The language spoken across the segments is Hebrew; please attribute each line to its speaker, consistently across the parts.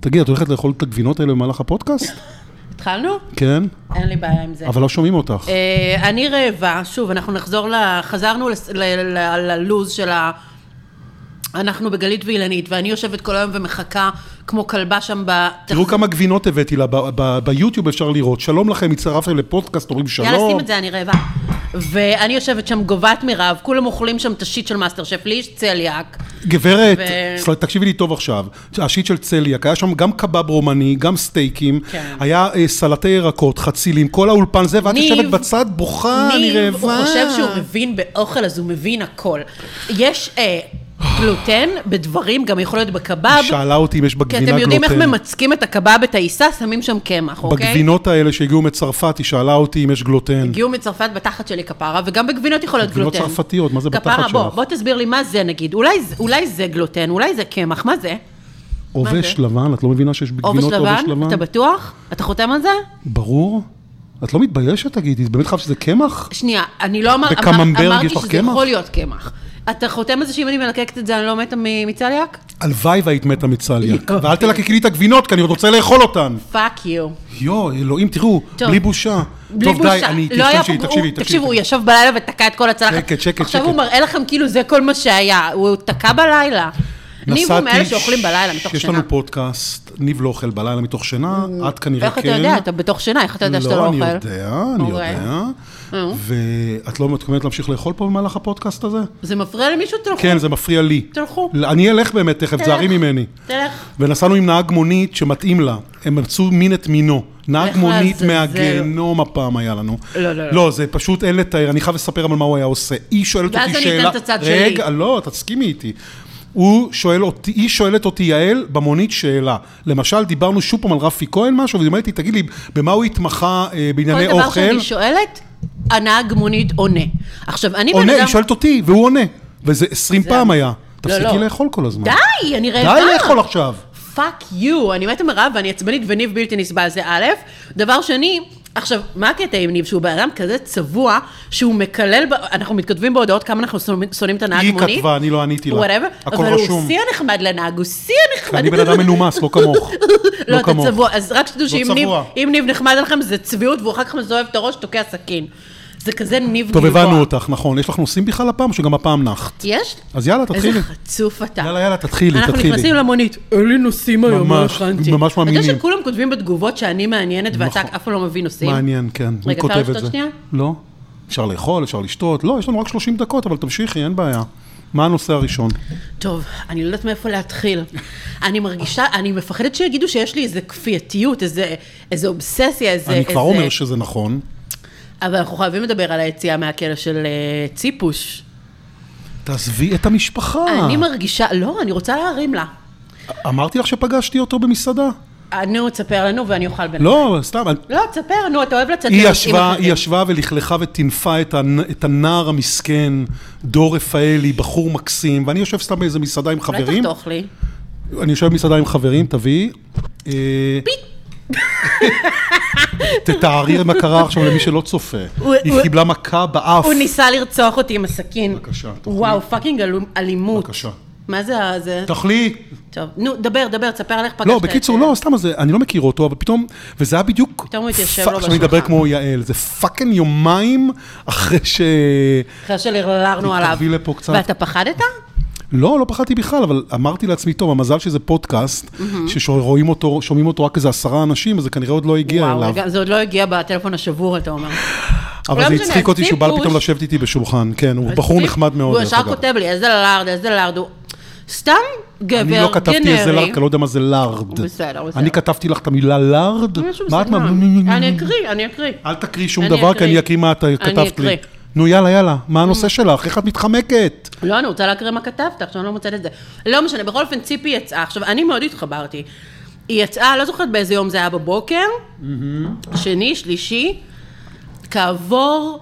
Speaker 1: תגיד, את הולכת לאכול את הגבינות האלה במהלך הפודקאסט?
Speaker 2: התחלנו?
Speaker 1: כן?
Speaker 2: אין לי בעיה עם זה.
Speaker 1: אבל לא שומעים אותך.
Speaker 2: אה, אני רעבה, שוב, אנחנו נחזור, ל- חזרנו לס- ל- ל- ללוז של ה... אנחנו בגלית ואילנית, ואני יושבת כל היום ומחכה כמו כלבה שם ב...
Speaker 1: תראו כמה גבינות הבאתי לה, ב- ב- ביוטיוב אפשר לראות. שלום לכם, הצטרפתם לפודקאסט, אומרים שלום.
Speaker 2: יאללה, שים את זה, אני רעבה. ואני יושבת שם, גוועת מרעב, כולם אוכלים שם את השיט של מאסטר שף, לי יש צליאק.
Speaker 1: גברת,
Speaker 2: ו-
Speaker 1: סל- תקשיבי לי טוב עכשיו, השיט של צליאק, היה שם גם קבב רומני, גם סטייקים,
Speaker 2: כן.
Speaker 1: היה אה, סלטי ירקות, חצילים, כל האולפן זה, ואת
Speaker 2: ניב-
Speaker 1: יושבת בצד בוכה, אה, אני
Speaker 2: ניב,
Speaker 1: רעבה.
Speaker 2: הוא חושב שהוא מבין באוכל, אז הוא מבין הכל. יש אה, גלוטן בדברים, גם יכול להיות בקבב.
Speaker 1: היא שאלה אותי אם יש
Speaker 2: כי
Speaker 1: בגבינה
Speaker 2: אתם
Speaker 1: גלוטן.
Speaker 2: יודעים איך ממצקים את הקבב, את העיסה, שמים שם קמח, אוקיי?
Speaker 1: בגבינות האלה שהגיעו מצרפת, היא שאלה אותי אם יש גלוטן.
Speaker 2: הגיעו מצרפת בתחת שלי כפרה, וגם בגבינות יכול להיות
Speaker 1: גבינות
Speaker 2: גלוטן.
Speaker 1: צרפתיות, מה זה בתחת
Speaker 2: כפרה, בוא,
Speaker 1: שלך?
Speaker 2: בוא תסביר לי מה זה נגיד. אולי, זה- אולי זה גלוטן, אולי זה קמח, מה זה?
Speaker 1: עובש
Speaker 2: זה?
Speaker 1: לבן, את לא מבינה שיש
Speaker 2: עובש
Speaker 1: בגבינות
Speaker 2: לבן?
Speaker 1: עובש לבן?
Speaker 2: אתה בטוח? אתה חותם על זה?
Speaker 1: ברור. את לא מתביישת, תגידי, את באמת חושבת שזה קמח?
Speaker 2: שנייה, אני לא אמר, אמר,
Speaker 1: בקממבר
Speaker 2: אמרתי
Speaker 1: יש לך
Speaker 2: שזה
Speaker 1: קמח?
Speaker 2: יכול להיות קמח. אתה חותם על זה שאם אני מלקקת את זה, אני לא מתה מ- מצליאק?
Speaker 1: הלוואי והיית מתה מצליאק.
Speaker 2: אה,
Speaker 1: ואל תלקקי לי את הגבינות, כי אני עוד רוצה לאכול אותן.
Speaker 2: פאק יו.
Speaker 1: יואו, אלוהים, תראו,
Speaker 2: טוב.
Speaker 1: בלי בושה.
Speaker 2: בלי
Speaker 1: טוב,
Speaker 2: בושה.
Speaker 1: די, אני,
Speaker 2: לא היה-
Speaker 1: תקשיבי,
Speaker 2: הוא-
Speaker 1: תקשיבי,
Speaker 2: תקשיבו, הוא
Speaker 1: תקשיבי.
Speaker 2: ישב בלילה ותקע את כל הצלחת.
Speaker 1: שקט, שקט,
Speaker 2: עכשיו
Speaker 1: שקט.
Speaker 2: הוא מראה לכם כאילו זה כל מה שהיה. הוא תקע בלילה. ניב הוא מאלה שאוכלים בלילה מתוך
Speaker 1: יש
Speaker 2: שינה.
Speaker 1: לנו פודקאסט, ניב לא אוכל בלילה מתוך שינה, את כנראה
Speaker 2: איך
Speaker 1: כן.
Speaker 2: אתה יודע? אתה בתוך שינה, איך אתה יודע שאתה לא
Speaker 1: לא,
Speaker 2: אוכל?
Speaker 1: אני יודע, אני
Speaker 2: אוקיי.
Speaker 1: יודע. ואת לא מתכוונת להמשיך לאכול פה במהלך הפודקאסט הזה?
Speaker 2: זה מפריע למישהו? תלכו.
Speaker 1: כן, לא. זה מפריע לי.
Speaker 2: תלכו.
Speaker 1: אני אלך באמת תכף,
Speaker 2: תלך.
Speaker 1: תזהרי ממני.
Speaker 2: תלך.
Speaker 1: ונסענו עם נהג מונית שמתאים לה, הם מצאו מין את מינו. נהג
Speaker 2: לך
Speaker 1: מונית
Speaker 2: לעזאזל.
Speaker 1: מהגיהנום הפעם היה לנו.
Speaker 2: לא, לא, לא.
Speaker 1: לא, זה פשוט אין לתאר, אני חייב לספר אבל מה הוא היה עושה. היא שואלת
Speaker 2: ואז
Speaker 1: אותי
Speaker 2: אני אתן
Speaker 1: שאלה...
Speaker 2: את הצד
Speaker 1: רגע,
Speaker 2: שלי.
Speaker 1: לא, תסכימי איתי. הוא שואל אותי, היא שואלת אותי, יעל, במונית שאלה. למשל, דיברנו שוב פעם על רפי כהן משהו, והיא אומרת לי, תגיד לי, במה הוא התמחה אה, בענייני
Speaker 2: כל
Speaker 1: אוכל?
Speaker 2: דבר שאני שואלת, הנהג מונית עונה. עכשיו, אני בן
Speaker 1: עונה,
Speaker 2: אדם...
Speaker 1: היא שואלת אותי, והוא עונה. וזה 20 פעם היה. תפסיקי
Speaker 2: לא.
Speaker 1: לאכול כל הזמן.
Speaker 2: די, לא. אני רעבה.
Speaker 1: די לאכול עכשיו.
Speaker 2: פאק יו, אני מתה מרעב ואני עצבנית וניב בלתי נסבל, זה א', דבר שני, עכשיו, מה הקטע עם ניב? שהוא בן אדם כזה צבוע, שהוא מקלל, ב- אנחנו מתכתבים בהודעות כמה אנחנו שונאים- שונאים את הנהג
Speaker 1: היא
Speaker 2: מונית.
Speaker 1: כתבה, אני לא עניתי לה.
Speaker 2: וואטאבר,
Speaker 1: הכל
Speaker 2: אבל
Speaker 1: רשום.
Speaker 2: הוא שיא הנחמד לנהג, הוא שיא הנחמד.
Speaker 1: אני בן אדם מנומס, לא כמוך. לא
Speaker 2: לא, אתה
Speaker 1: כמוך.
Speaker 2: צבוע, אז רק שתדעו
Speaker 1: לא
Speaker 2: שאם ניב-
Speaker 1: צבוע.
Speaker 2: אם ניב נחמד עליכם זה צביעות, והוא אחר כך מזוהב את הראש, תוקע סכין. זה כזה ניב
Speaker 1: טוב,
Speaker 2: גלבוע.
Speaker 1: הבנו אותך, נכון. יש לך נושאים בכלל הפעם, או שגם הפעם נחת.
Speaker 2: יש?
Speaker 1: אז יאללה,
Speaker 2: איזה
Speaker 1: תתחילי.
Speaker 2: חצוף אתה.
Speaker 1: יאללה, יאללה, תתחילי,
Speaker 2: אנחנו
Speaker 1: תתחילי.
Speaker 2: נכנסים למונית, אין לי נושאים היום, לא
Speaker 1: ממש,
Speaker 2: הכנתי.
Speaker 1: ממש
Speaker 2: אתה
Speaker 1: מאמינים.
Speaker 2: יודע שכולם כותבים בתגובות שאני מעניינת ואתה
Speaker 1: נכון.
Speaker 2: אף פעם לא מביא נושאים?
Speaker 1: מעניין, כן. מי
Speaker 2: רגע,
Speaker 1: כותב
Speaker 2: אפשר
Speaker 1: את זה?
Speaker 2: לשתות שנייה?
Speaker 1: לא. אפשר לאכול, אפשר לשתות. לא, יש לנו רק 30 דקות, אבל תמשיכי, אין בעיה. מה הנושא הראשון?
Speaker 2: טוב, אני לא יודעת מאיפה להתחיל. אני מרגישה, אני מפחדת שיגידו שיש לי איזה כפייתיות, איזה, איזה אובססיה, איזה...
Speaker 1: אני כבר
Speaker 2: איזה...
Speaker 1: אומר שזה נכון.
Speaker 2: אבל אנחנו חייבים לדבר על היציאה מהכלא של אה, ציפוש.
Speaker 1: תעזבי את המשפחה.
Speaker 2: אני מרגישה, לא, אני רוצה להרים לה.
Speaker 1: אמרתי לך שפגשתי אותו במסעדה.
Speaker 2: אה, נו, תספר לנו ואני אוכל בין...
Speaker 1: לא, סתם. אני-
Speaker 2: לא, תספר, נו, אתה אוהב לצאת
Speaker 1: היא
Speaker 2: לאנשים
Speaker 1: ישבה,
Speaker 2: אחרים.
Speaker 1: היא ישבה ולכלכה וטינפה את, הנ... את הנער המסכן, דור רפאלי, בחור מקסים, ואני יושב סתם באיזה מסעדה עם
Speaker 2: אולי
Speaker 1: חברים.
Speaker 2: תחתוך לי.
Speaker 1: אני יושב במסעדה עם חברים, תביאי. אה, תתארי מה קרה עכשיו למי שלא צופה.
Speaker 2: הוא-
Speaker 1: היא
Speaker 2: הוא-
Speaker 1: קיבלה מכה באף.
Speaker 2: הוא ניסה לרצוח אותי עם הסכין.
Speaker 1: בבקשה, תאכלי.
Speaker 2: וואו, פאקינג אל- אלימות.
Speaker 1: בבקשה.
Speaker 2: מה זה ה... זה...
Speaker 1: תאכלי.
Speaker 2: טוב, נו, דבר, דבר, תספר על איך פגשת
Speaker 1: לא,
Speaker 2: את
Speaker 1: בקיצור,
Speaker 2: זה.
Speaker 1: לא, סתם, אז אני לא מכיר אותו, אבל פתאום, וזה היה בדיוק...
Speaker 2: פתאום הוא התיישב
Speaker 1: פאק,
Speaker 2: לו
Speaker 1: עכשיו אני מדבר
Speaker 2: בשולחן.
Speaker 1: כמו יעל, זה פאקינג יומיים אחרי ש...
Speaker 2: אחרי שלרלרנו עליו.
Speaker 1: תביא לפה קצת.
Speaker 2: ואתה פחדת?
Speaker 1: לא, לא פחדתי בכלל, אבל אמרתי לעצמי, טוב, המזל שזה פודקאסט, ששומעים אותו, שומעים אותו רק איזה עשרה אנשים, אז זה כנראה עוד לא הגיע
Speaker 2: וואו,
Speaker 1: אליו.
Speaker 2: רגע, זה עוד לא הגיע בטלפון השבור, אתה אומר.
Speaker 1: אבל
Speaker 2: לא
Speaker 1: זה
Speaker 2: משנה,
Speaker 1: הצחיק אותי שהוא בא
Speaker 2: ציפוש.
Speaker 1: פתאום לשבת איתי בשולחן, כן, הוא בחור נחמד מאוד,
Speaker 2: הוא
Speaker 1: דרך
Speaker 2: ישר
Speaker 1: אגב.
Speaker 2: כותב לי, איזה ללארד, איזה לארד הוא. סתם גבר
Speaker 1: אני
Speaker 2: גנרי.
Speaker 1: לא כתבתי איזה לארד, כי אני לא יודע מה זה לארד.
Speaker 2: בסדר, בסדר.
Speaker 1: אני כתבתי לך את המילה לארד?
Speaker 2: משהו
Speaker 1: מה את
Speaker 2: בסגנון.
Speaker 1: מה-
Speaker 2: אני אקריא, אני אקריא.
Speaker 1: אל תקריא שום
Speaker 2: אני
Speaker 1: דבר, כי
Speaker 2: אקריא.
Speaker 1: אני אקריא מה את
Speaker 2: אני
Speaker 1: כתבת לי.
Speaker 2: אקריא.
Speaker 1: נו, יאללה, יאללה, מה הנושא שלך? איך את מתחמקת?
Speaker 2: לא, אני רוצה להקריא מה כתבת, עכשיו אני לא מוצאת את זה. לא משנה, בכל אופן ציפי יצאה. עכשיו, אני מאוד התחברתי. היא יצאה, לא זוכרת באיזה יום זה היה בבוקר, שני, שלישי, כעבור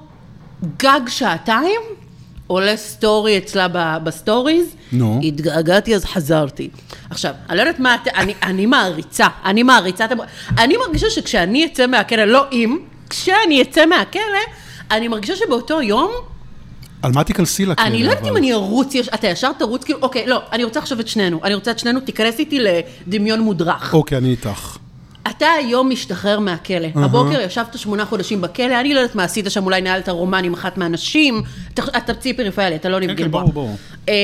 Speaker 2: גג שעתיים, עולה סטורי אצלה ב- בסטוריז.
Speaker 1: נו.
Speaker 2: התגעגעתי אז חזרתי. עכשיו, אני לא יודעת מה את... אני, אני מעריצה, אני מעריצה את המ... אני מרגישה שכשאני אצא מהכלא, לא אם, כשאני אצא מהכלא, אני מרגישה שבאותו יום
Speaker 1: על מה תיכנסי לכלא?
Speaker 2: אני לא יודעת
Speaker 1: כן, אבל?
Speaker 2: אם אני ארוץ, יש- אתה ישר תרוץ, כאילו, אוקיי, לא, אני רוצה עכשיו את שנינו. אני רוצה את שנינו, תיכנס איתי לדמיון מודרך.
Speaker 1: אוקיי, אני איתך.
Speaker 2: אתה היום משתחרר מהכלא. הבוקר ישבת שמונה חודשים בכלא, אני לא יודעת מה עשית שם, אולי ניהלת רומן עם אחת מהנשים. אתה- אתה ציפי רפאלי, אתה לא ניב
Speaker 1: כן,
Speaker 2: גלבוע.
Speaker 1: ברור, ברור.
Speaker 2: אה,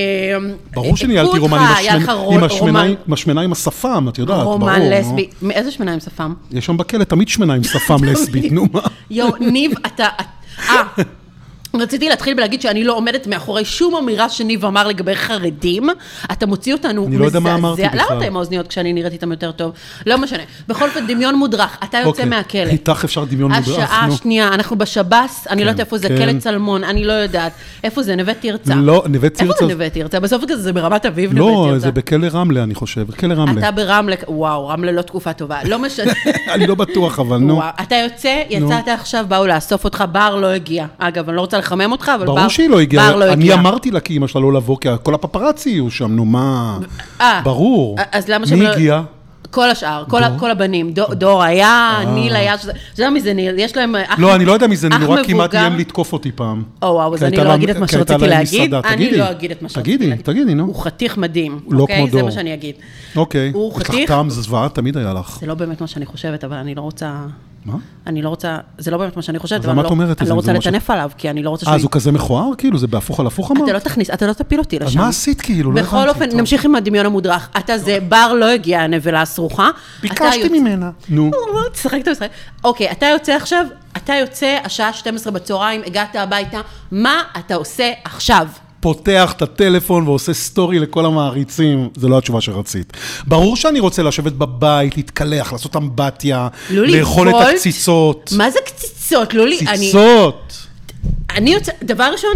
Speaker 1: ברור
Speaker 2: הכו
Speaker 1: שניהלתי
Speaker 2: אותך,
Speaker 1: רומן עם
Speaker 2: היה
Speaker 1: השמנ-
Speaker 2: לך רו-
Speaker 1: עם
Speaker 2: רומן-
Speaker 1: השמנה- עם השמנה עם השפם, את יודעת, ברור.
Speaker 2: רומן
Speaker 1: נו.
Speaker 2: לסבי. מאיזה שמנה עם שפם?
Speaker 1: יש שם בכלא תמיד שמנה עם שפם לסבית, נו מה.
Speaker 2: יואו, ניב, אתה... אה, רציתי להתחיל בלהגיד שאני לא עומדת מאחורי שום אמירה שניב אמר לגבי חרדים. אתה מוציא אותנו
Speaker 1: אני לא יודע מה אמרתי
Speaker 2: מזעזע.
Speaker 1: בכלל.
Speaker 2: למה אתה עם האוזניות כשאני נראית איתם יותר טוב? לא משנה. בכל אופן, דמיון מודרך, אתה יוצא
Speaker 1: אוקיי,
Speaker 2: מהכלא.
Speaker 1: איתך אפשר דמיון מודרך,
Speaker 2: השעה
Speaker 1: נו.
Speaker 2: השנייה, אנחנו בשב"ס, אני לא יודעת איפה זה,
Speaker 1: כן.
Speaker 2: כלא צלמון, אני לא יודעת. איפה זה, נווה תרצה?
Speaker 1: לא, נווה
Speaker 2: איפה
Speaker 1: תרצה-
Speaker 2: זה נווה תרצה? בסוף כזה זה ברמת אביב, נווה תרצה.
Speaker 1: לא, זה בכלא רמלה, אני חושב, כלא רמלה.
Speaker 2: אתה ברמלה, וואו, רמלה לא תקופה טובה, לא משנה.
Speaker 1: אני לא בטוח, אבל נו.
Speaker 2: וואו, אתה יוצא, יצאת עכשיו, באו לאסוף אותך, בר לא הגיע. אגב, אני לא רוצה לחמם אותך, אבל בר
Speaker 1: ברור שהיא לא
Speaker 2: בר לא
Speaker 1: הגיעה, אני
Speaker 2: הגיע.
Speaker 1: אמרתי לה כי אימא שלה לא לבוא, כי כל הפפראצי יהיו שם, נו מה.
Speaker 2: אה,
Speaker 1: ברור.
Speaker 2: אז למה
Speaker 1: מי
Speaker 2: שהם לא-
Speaker 1: הגיע?
Speaker 2: כל השאר, כל, ה- כל הבנים, דור, דור היה, ניל היה, שזה- אתה יודע מי זה לא ניל, יש להם אה, אח
Speaker 1: אה. לא, אני לא יודע מי זה, אני
Speaker 2: אח
Speaker 1: נורא כמעט
Speaker 2: מבוגר.
Speaker 1: איים לתקוף אותי פעם.
Speaker 2: או וואו, אז
Speaker 1: כי
Speaker 2: אני
Speaker 1: הייתה
Speaker 2: לא
Speaker 1: לה-
Speaker 2: אגיד את מה
Speaker 1: כי הייתה
Speaker 2: שרציתי
Speaker 1: לה
Speaker 2: להגיד.
Speaker 1: מסעדה,
Speaker 2: אני
Speaker 1: תגידי.
Speaker 2: לא אגיד את מה שרציתי
Speaker 1: תגידי,
Speaker 2: להגיד. אוקיי.
Speaker 1: תגידי, נו.
Speaker 2: הוא חתיך מדהים,
Speaker 1: לא
Speaker 2: אוקיי?
Speaker 1: כמו
Speaker 2: זה
Speaker 1: דור.
Speaker 2: מה שאני אגיד.
Speaker 1: אוקיי.
Speaker 2: הוא
Speaker 1: יש לך
Speaker 2: חתיך.
Speaker 1: טעם זוועה, תמיד היה לך.
Speaker 2: זה לא באמת מה שאני חושבת, אבל אני לא רוצה...
Speaker 1: מה?
Speaker 2: אני לא רוצה, זה לא באמת מה שאני חושבת,
Speaker 1: אז
Speaker 2: אבל
Speaker 1: למה
Speaker 2: אני
Speaker 1: את
Speaker 2: לא-
Speaker 1: אומרת את
Speaker 2: אני
Speaker 1: זה?
Speaker 2: לא
Speaker 1: זה
Speaker 2: רוצה
Speaker 1: מה ש-
Speaker 2: לטנף עליו, כי אני לא רוצה
Speaker 1: אה,
Speaker 2: שהוא
Speaker 1: אז הוא כזה מכוער? כאילו, זה בהפוך על הפוך אמרת?
Speaker 2: אתה לא תכניס, אתה לא תפיל אותי לשם.
Speaker 1: אז מה עשית כאילו? לא
Speaker 2: בכל
Speaker 1: הבנתי,
Speaker 2: אופן,
Speaker 1: טוב.
Speaker 2: נמשיך עם הדמיון המודרך. אתה זה, בר לא הגיע הנבלה הסרוחה. אתה
Speaker 1: ביקשתי
Speaker 2: יוצא-
Speaker 1: ממנה. נו.
Speaker 2: לא, תשחק את המשחק. אוקיי, אתה יוצא עכשיו, אתה יוצא, השעה 12 בצהריים, הגעת הביתה, מה אתה עושה עכשיו?
Speaker 1: פותח את הטלפון ועושה סטורי לכל המעריצים, זה לא התשובה שרצית. ברור שאני רוצה לשבת בבית, להתקלח, לעשות אמבטיה,
Speaker 2: לא
Speaker 1: לאכול את
Speaker 2: לבעוט?
Speaker 1: הקציצות.
Speaker 2: מה זה קציצות? לא לי, אני...
Speaker 1: קציצות!
Speaker 2: אני יוצא, דבר ראשון...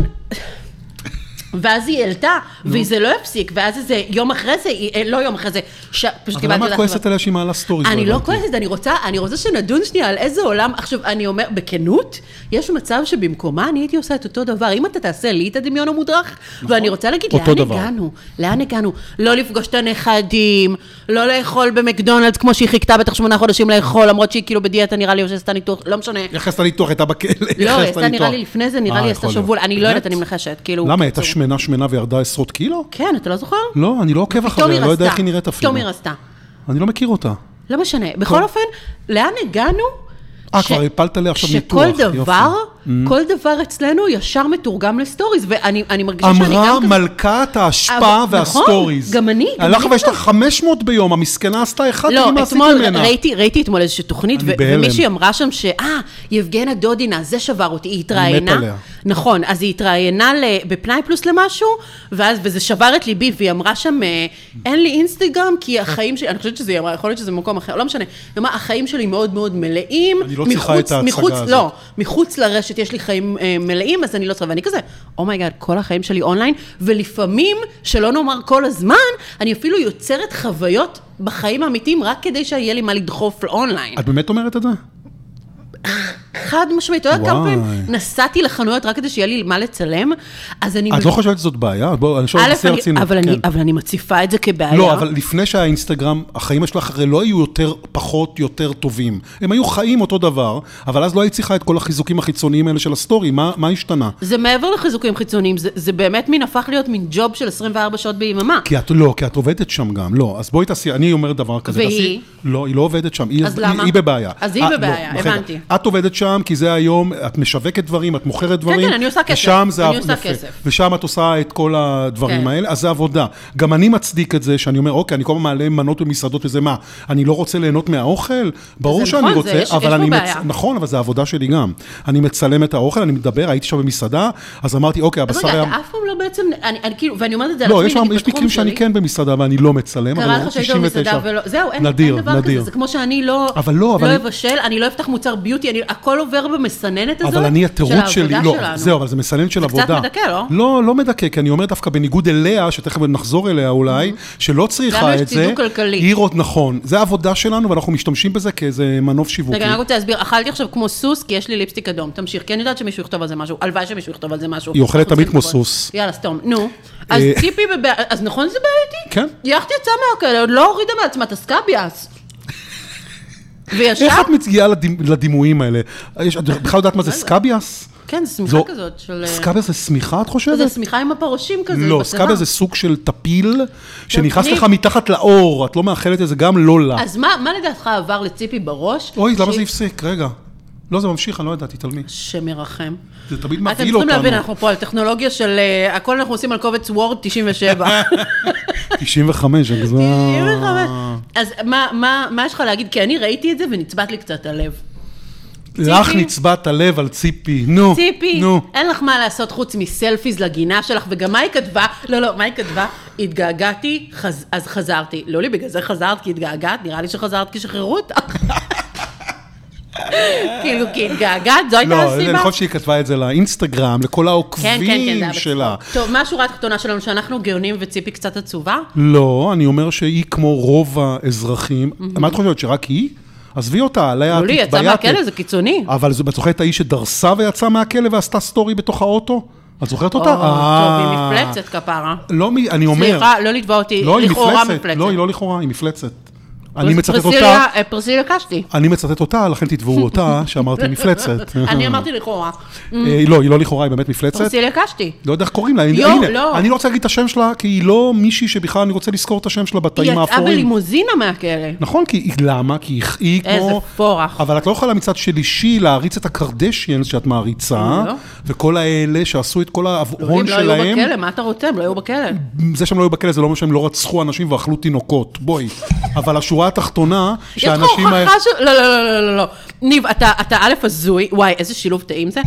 Speaker 2: ואז היא העלתה, וזה לא הפסיק, ואז איזה יום אחרי זה, היא- אה, לא יום אחרי זה, ש... פשוט
Speaker 1: אבל למה
Speaker 2: את
Speaker 1: את
Speaker 2: ההחלטה.
Speaker 1: כועסת עליה שהיא מעלה סטורי?
Speaker 2: אני לא
Speaker 1: הבנתי.
Speaker 2: כועסת, אני רוצה, אני רוצה שנדון שנייה על איזה עולם, עכשיו, אני אומר, בכנות, יש מצב שבמקומה אני הייתי עושה את אותו דבר, אם אתה תעשה לי את הדמיון המודרך, ואני רוצה להגיד,
Speaker 1: נכון. אותו
Speaker 2: לאן
Speaker 1: דבר.
Speaker 2: הגענו? לאן הגענו? לא לפגוש את הנכדים, לא לאכול במקדונלדס כמו שהיא חיכתה בטח שמונה חודשים לאכול, למרות שהיא כאילו בדיאטה נראה לי, או שעשתה ניתוח, לא משנה.
Speaker 1: איך עשתה ניתוח? הייתה בכלא.
Speaker 2: לא,
Speaker 1: איך
Speaker 2: היא עשתה נראה
Speaker 1: ניתוח?
Speaker 2: לי לפני זה, נראה
Speaker 1: אה,
Speaker 2: לי עשתה
Speaker 1: יכול להיות.
Speaker 2: שבוע, אני לא יודעת,
Speaker 1: באמת?
Speaker 2: אני מנחשת, כאילו...
Speaker 1: למה, היא הייתה
Speaker 2: בקיצור.
Speaker 1: שמנה שמנה וירדה עשרות קילו?
Speaker 2: כן, אתה לא זוכר?
Speaker 1: לא, אני לא עוקב
Speaker 2: פתאום
Speaker 1: אחריה,
Speaker 2: היא
Speaker 1: לא יודע איך היא נראית
Speaker 2: רצתה,
Speaker 1: אפילו.
Speaker 2: פתאום היא רצתה.
Speaker 1: אני לא מכיר אותה.
Speaker 2: לא משנה.
Speaker 1: טוב.
Speaker 2: בכל אופן, לאן הגענו?
Speaker 1: אה, כבר הפלת לי עכשיו
Speaker 2: שכל
Speaker 1: ניתוח, יופי. Mm.
Speaker 2: דבר, כל דבר אצלנו ישר מתורגם לסטוריז, ואני אני מרגישה שאני
Speaker 1: אמרה
Speaker 2: גם כזה...
Speaker 1: מלכת האשפה
Speaker 2: אבל-
Speaker 1: והסטוריז.
Speaker 2: נכון, גם אני, גם
Speaker 1: הלך
Speaker 2: אני
Speaker 1: ויש לך 500 ביום, המסכנה עשתה אחד,
Speaker 2: לא,
Speaker 1: תראי מה עשית
Speaker 2: אתמול
Speaker 1: ממנה.
Speaker 2: ראיתי, ראיתי אתמול איזושהי תוכנית,
Speaker 1: אני
Speaker 2: ו-
Speaker 1: בהלם.
Speaker 2: ומישהי אמרה שם ש... אה, יבגנה דודינה, זה שבר אותי, היא התראיינה.
Speaker 1: עליה.
Speaker 2: נכון, אז היא התראיינה ל- בפנאי פלוס למשהו, ואז, וזה שבר את ליבי, והיא אמרה שם, אה, אין לי אינסטגרם, כי החיים שלי, אני חושבת שזה היא אמרה, יכול להיות שזה במקום אחר, לא משנה. היא אמרה, החיים שלי מאוד מאוד מלאים.
Speaker 1: אני לא צריכה
Speaker 2: מחוץ-
Speaker 1: את ההצגה
Speaker 2: מחוץ,
Speaker 1: הזאת."
Speaker 2: לא, מחוץ לרשת יש לי חיים אה, מלאים, אז אני לא צריכה, ואני כזה, אומייגאד, כל החיים שלי אונליין, ולפעמים, שלא נאמר כל הזמן, אני אפילו יוצרת חוויות בחיים האמיתיים, רק כדי שיהיה לי מה לדחוף לאונליין.
Speaker 1: את באמת אומרת את זה?
Speaker 2: חד משמעית, אתה יודע כמה
Speaker 1: וואי.
Speaker 2: פעמים נסעתי לחנויות רק כדי שיהיה לי מה לצלם, אז אני...
Speaker 1: את לא חושבת שזאת בעיה? בואו, אני שואל
Speaker 2: א',
Speaker 1: בשיא
Speaker 2: אני-
Speaker 1: הרצינות.
Speaker 2: אבל אני-
Speaker 1: כן.
Speaker 2: אבל אני מציפה את זה כבעיה.
Speaker 1: לא, אבל לפני שהיה אינסטגרם, החיים שלך הרי לא היו יותר, פחות, יותר טובים. הם היו חיים אותו דבר, אבל אז לא היית צריכה את כל החיזוקים החיצוניים האלה של הסטורי, מה, מה השתנה?
Speaker 2: זה מעבר לחיזוקים חיצוניים, זה- זה באמת מין הפך להיות מין ג'וב של 24 שעות ביממה.
Speaker 1: כי את, לא, כי את עובדת שם גם, לא. אז בואי תעשי, אני אומר דבר כזה.
Speaker 2: והיא?
Speaker 1: תעשי, לא, היא לא עובדת שם. היא,
Speaker 2: אז
Speaker 1: היא,
Speaker 2: למה?
Speaker 1: היא בבעיה.
Speaker 2: אז היא
Speaker 1: אה,
Speaker 2: בבעיה,
Speaker 1: לא, רגע.
Speaker 2: הבנתי.
Speaker 1: את עובדת שם, כי זה היום, את משווקת דברים, את מוכרת דברים.
Speaker 2: כן, אני עושה כסף.
Speaker 1: ושם זה...
Speaker 2: אני עושה
Speaker 1: יפה.
Speaker 2: כסף.
Speaker 1: ושם את עושה את כל הדברים
Speaker 2: כן.
Speaker 1: האלה, אז זה עבודה. גם אני מצדיק את זה, שאני אומר, אוקיי, אני כל הזמן מעלה מנות במסעדות וזה, מה, אני לא רוצה ליהנות מהאוכל? ברור
Speaker 2: זה
Speaker 1: שאני
Speaker 2: נכון, זה-
Speaker 1: רוצה,
Speaker 2: יש-
Speaker 1: אבל
Speaker 2: יש פה
Speaker 1: אני...
Speaker 2: בעיה.
Speaker 1: נכון, אבל זה העבודה שלי גם. אני מצלם את האוכל, אני מדבר, הייתי שם במסעדה, אז אמרתי, אוקיי,
Speaker 2: אז
Speaker 1: הבשר
Speaker 2: רגע,
Speaker 1: היה...
Speaker 2: אתה אף פעם לא בעצם, אני אני כאילו, ואני אומרת את זה על עצמי,
Speaker 1: לא, יש,
Speaker 2: נגיד,
Speaker 1: יש
Speaker 2: בתחום
Speaker 1: מקרים שאני
Speaker 2: שלי.
Speaker 1: כן במסעדה ואני לא מצלם, אבל
Speaker 2: קרה
Speaker 1: לא,
Speaker 2: לך שהיית במסעדה
Speaker 1: 99.
Speaker 2: ולא, זהו, אין,
Speaker 1: נדיר,
Speaker 2: אין דבר
Speaker 1: נדיר.
Speaker 2: כזה, זה כמו שאני לא,
Speaker 1: אבל לא, אבל
Speaker 2: לא
Speaker 1: אני-
Speaker 2: אבשל, אני לא אפתח מוצר ביוטי, אני, הכל עובר במסננת הזאת,
Speaker 1: אבל אני,
Speaker 2: של
Speaker 1: התירוץ
Speaker 2: העבודה
Speaker 1: שלי, לא,
Speaker 2: שלנו.
Speaker 1: זהו, אבל זה מסנן של
Speaker 2: זה קצת
Speaker 1: עבודה.
Speaker 2: מדכא, לא?
Speaker 1: לא, לא מדכא, כי אני אומר דווקא בניגוד אליה, שתכף נחזור אליה אולי, שלא צריכה
Speaker 2: לנו Mm-hmm. יש
Speaker 1: את זה.
Speaker 2: צידוק כלכלי.
Speaker 1: היא עוד נכון, זה העבודה שלנו, ואנחנו משתמשים בזה כאיזה מנוף שיווקי.
Speaker 2: רגע, אני רק רוצה להסביר, אכלתי עכשיו כמו סוס, כי יש לי ליפסטיק אדום, תמשיך, כי אני יודעת שמישהו יכתוב על זה משהו, הלוואי שמישהו יכתוב על זה משהו.
Speaker 1: היא אוכלת
Speaker 2: אנחנו
Speaker 1: תמיד
Speaker 2: צריכים
Speaker 1: כמו
Speaker 2: לקרוא.
Speaker 1: סוס.
Speaker 2: יאללה, סתום, נו. אז
Speaker 1: אה.
Speaker 2: ציפי, בבע- אז נכון שזה בעייתי?
Speaker 1: כן.
Speaker 2: יאכט יצאה מהכלא, עוד לא הורידה מעצמה את הסקאביאס. וישר
Speaker 1: איך את מגיעה לדימויים האלה? יש- את בכלל יודעת מה זה סקאביאס?
Speaker 2: כן, זו
Speaker 1: זו-
Speaker 2: שמיכה לא, כזאת של...
Speaker 1: סקאבה זה שמיכה, את
Speaker 2: זה
Speaker 1: חושבת?
Speaker 2: שמיכה עם הפרושים כזה.
Speaker 1: לא,
Speaker 2: בצבא.
Speaker 1: סקאבה זה סוג של טפיל שנכנס
Speaker 2: אני-
Speaker 1: לך מתחת לאור, את לא מאחלת את זה גם לא לה.
Speaker 2: אז מה, מה לדעתך עבר לציפי בראש?
Speaker 1: אוי, למה
Speaker 2: ש-
Speaker 1: זה הפסיק? רגע. לא, זה ממשיך, אני לא ידעתי, תלמי.
Speaker 2: שמרחם.
Speaker 1: זה תמיד
Speaker 2: אתם
Speaker 1: מבהיל
Speaker 2: צריכים להבין,
Speaker 1: אותנו.
Speaker 2: אנחנו פה על טכנולוגיה של... אה, הכל אנחנו עושים על קובץ וורד 97.
Speaker 1: 95, הגזמה.
Speaker 2: 95. אז מה- מה- מה יש לך להגיד? כי אני ראיתי את זה ונצבט לי קצת הלב.
Speaker 1: לך
Speaker 2: ציפי.
Speaker 1: נצבט הלב על ציפי, נו.
Speaker 2: ציפי,
Speaker 1: נו.
Speaker 2: אין לך מה לעשות חוץ מסלפיז לגינה שלך, וגם מה היא כתבה? לא, לא, מה היא כתבה? התגעגעתי, חז... אז חזרתי. לא לי, בגלל זה חזרת כי התגעגעת? נראה לי שחזרת כי שחררו אותך. כאילו, כי התגעגעת, זו הייתה
Speaker 1: לא, אני
Speaker 2: הסיבה?
Speaker 1: חושב שהיא כתבה את זה לאינסטגרם, לכל
Speaker 2: כן, כן, כן, זה
Speaker 1: העוקבים
Speaker 2: היה
Speaker 1: שלה.
Speaker 2: בצחוק. טוב, מה השורה התחתונה שלנו? שאנחנו גאונים וציפי קצת עצובה?
Speaker 1: לא, אני אומר שהיא כמו רוב האזרחים. מה את חושבת, שרק היא? עזבי אותה, עליה את
Speaker 2: לא לי,
Speaker 1: התבייתת.
Speaker 2: יצא מהכלא, זה קיצוני.
Speaker 1: אבל זו- את זוכרת את ההיא שדרסה ויצאה מהכלא ועשתה סטורי בתוך האוטו? את זוכרת
Speaker 2: או,
Speaker 1: אותה?
Speaker 2: טוב, היא
Speaker 1: אה.
Speaker 2: מפלצת כפרה.
Speaker 1: לא, מי- אני אומר.
Speaker 2: סליחה, לא לתבוע אותי,
Speaker 1: לא, היא
Speaker 2: לכאורה
Speaker 1: מפלצת.
Speaker 2: מפלצת.
Speaker 1: לא, היא לא לכאורה, היא מפלצת. אני מצטט אותה,
Speaker 2: פרסיליה- אה, פרסיליה קשתי.
Speaker 1: אני מצטט אותה, לכן תתבעו אותה, שאמרתי מפלצת.
Speaker 2: אני אמ- אמרתי לכאורה.
Speaker 1: אה, לא, היא לא לכאורה, היא באמת מפלצת.
Speaker 2: פרסיליה קשתי.
Speaker 1: לא יודע איך קוראים לה,
Speaker 2: יו,
Speaker 1: הנה,
Speaker 2: לא.
Speaker 1: אני לא רוצה להגיד את השם שלה, כי היא לא מישהי שבכלל אני רוצה לזכור את השם שלה בתאים
Speaker 2: היא יצאה
Speaker 1: האפורים.
Speaker 2: בלימוזינה מהכלא.
Speaker 1: נכון, כי היא- למה? כי היא- היא
Speaker 2: איזה
Speaker 1: כמו...
Speaker 2: פורח.
Speaker 1: אבל את לא יכולה מצד שלישי להעריץ את הקרדשיאנס שאת מעריצה,
Speaker 2: לא.
Speaker 1: וכל האלה שעשו את כל ההון
Speaker 2: הם לא היו
Speaker 1: שלהם.
Speaker 2: בכלא, מה אתה רוצה? הם לא היו בכלא.
Speaker 1: זה שהם לא היו בכלא זה לא אומר שהם לא רצחו אנשים ואכלו תינוקות, בואי. אבל השורה התחתונה,
Speaker 2: יש לך
Speaker 1: שהאנשים האלה...
Speaker 2: הוכחה של... לא, לא, לא, לא, לא, לא. ניב, אתה אתה א' הזוי, וואי, איזה שילוב טעים זה.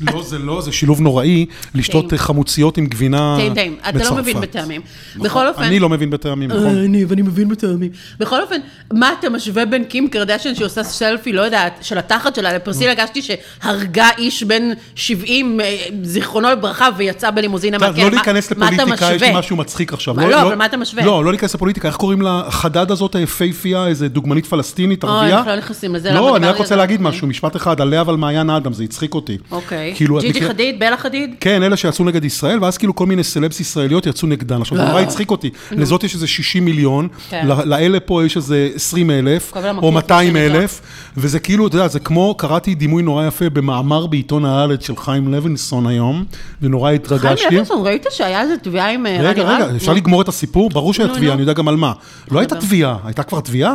Speaker 1: לא, זה לא, זה שילוב נוראי, לשתות
Speaker 2: טעים.
Speaker 1: חמוציות עם גבינה
Speaker 2: טעים, טעים. אתה לא
Speaker 1: בצרפת.
Speaker 2: מבין בטעמים.
Speaker 1: אה, נכון.
Speaker 2: בכל אופן...
Speaker 1: אני לא מבין בטעמים,
Speaker 2: אה,
Speaker 1: נכון?
Speaker 2: ניב, אני מבין בטעמים. בכל אופן, מה אתה משווה בין קים קרדשן שעושה סלפי, לא יודעת, של התחת שלה, לפרסילה גשתי שהרגה איש בן 70, אה, זיכרונו לברכה, ויצאה בלימוזינה
Speaker 1: אתה,
Speaker 2: מהכלא?
Speaker 1: לא
Speaker 2: מה- כן,
Speaker 1: להיכנס
Speaker 2: מה אתה
Speaker 1: לפוליטיקה, יש לי
Speaker 2: משווה?
Speaker 1: משהו מצחיק עכשיו.
Speaker 2: מה, לא, אבל מה אתה משווה?
Speaker 1: לא, לא להיכנס לפוליטיקה, איך קורים לה, חדד הזאת היפהפייה, איזה דוגמנית פלסטינית,
Speaker 2: אוי,
Speaker 1: ערבייה?
Speaker 2: אנחנו לא נכנסים לזה, למה
Speaker 1: לא, אני רק
Speaker 2: דיברנו
Speaker 1: רוצה
Speaker 2: על זה?
Speaker 1: להגיד
Speaker 2: אוקיי.
Speaker 1: משהו, משפט אחד, עליה ועל מעיין האדם, זה הצחיק אותי.
Speaker 2: אוקיי.
Speaker 1: כאילו, את
Speaker 2: ג'י ג'י
Speaker 1: מכיר-
Speaker 2: חדיד, בלה חדיד?
Speaker 1: כן, אלה שיצאו נגד ישראל, ואז כאילו כל מיני סלבס ישראליות יצאו נגדן. עכשיו, זה נורא הצחיק אותי. לזאת יש איזה 60 מיליון,
Speaker 2: לא. כן.
Speaker 1: ל- לאלה פה יש איזה 20 אלף,
Speaker 2: כל המכיר
Speaker 1: או 200
Speaker 2: 30
Speaker 1: אלף, וזה כאילו, אתה יודע, זה כמו, קראתי דימוי נורא יפה במאמר בעיתון הארץ של חיים לוינסון היום, ונורא
Speaker 2: חיים
Speaker 1: התרגשתי.
Speaker 2: לוינסון, ראית שהיה איזה תביעה עם אה, רני
Speaker 1: רגע,
Speaker 2: רהב?
Speaker 1: רגע, אפשר לגמור את הסיפור? ברור שהיה
Speaker 2: נו,
Speaker 1: תביעה,
Speaker 2: נו.
Speaker 1: אני יודע גם על מה. לא הייתה תביעה, הייתה כבר תביעה?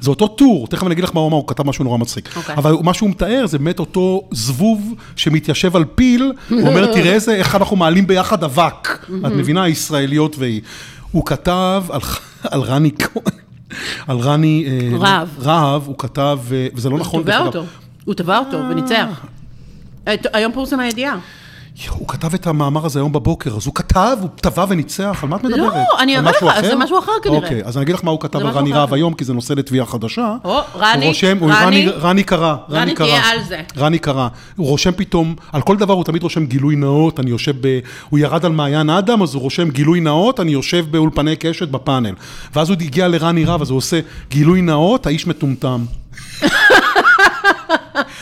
Speaker 1: זה אותו טור, תכף אני אגיד לך מה הוא אמר, הוא כתב משהו נורא מצחיק.
Speaker 2: אוקיי.
Speaker 1: אבל מה שהוא מתאר זה באמת אותו זבוב שמתיישב על פיל, הוא אומר, תראה איזה, איך אנחנו מעלים ביחד אבק.
Speaker 2: Mhm.
Speaker 1: את מבינה, הישראליות והיא. הוא כתב על ח- על רני כהן, על רני... אה,
Speaker 2: רהב.
Speaker 1: רהב, הוא כתב, אה, וזה לא נכון.
Speaker 2: הוא תבע
Speaker 1: דרך
Speaker 2: אותו.
Speaker 1: אגב.
Speaker 2: הוא תבע אותו וניצח. אה, ת- היום פורסם הידיעה.
Speaker 1: הוא כתב את המאמר הזה היום בבוקר, אז הוא כתב, הוא טבע וניצח, על מה את מדברת?
Speaker 2: לא, אני
Speaker 1: על
Speaker 2: אראה
Speaker 1: משהו
Speaker 2: לך,
Speaker 1: אחר?
Speaker 2: זה משהו אחר כנראה.
Speaker 1: אוקיי, אז אני אגיד לך מה הוא כתב
Speaker 2: זה
Speaker 1: על
Speaker 2: משהו
Speaker 1: רני
Speaker 2: אחר.
Speaker 1: רהב היום, כי זה נושא לתביעה חדשה.
Speaker 2: או, רני,
Speaker 1: הוא רושם, הוא-
Speaker 2: רני.
Speaker 1: רני קרא, רני
Speaker 2: רני,
Speaker 1: קרא.
Speaker 2: תהיה על זה.
Speaker 1: רני קרא. הוא רושם פתאום, על כל דבר הוא תמיד רושם גילוי נאות, אני יושב ב... הוא ירד על מעיין אדם, אז הוא רושם גילוי נאות, אני יושב באולפני קשת בפאנל. ואז הוא הגיע לרני רהב, אז הוא עושה גילוי נאות, האיש מטומטם.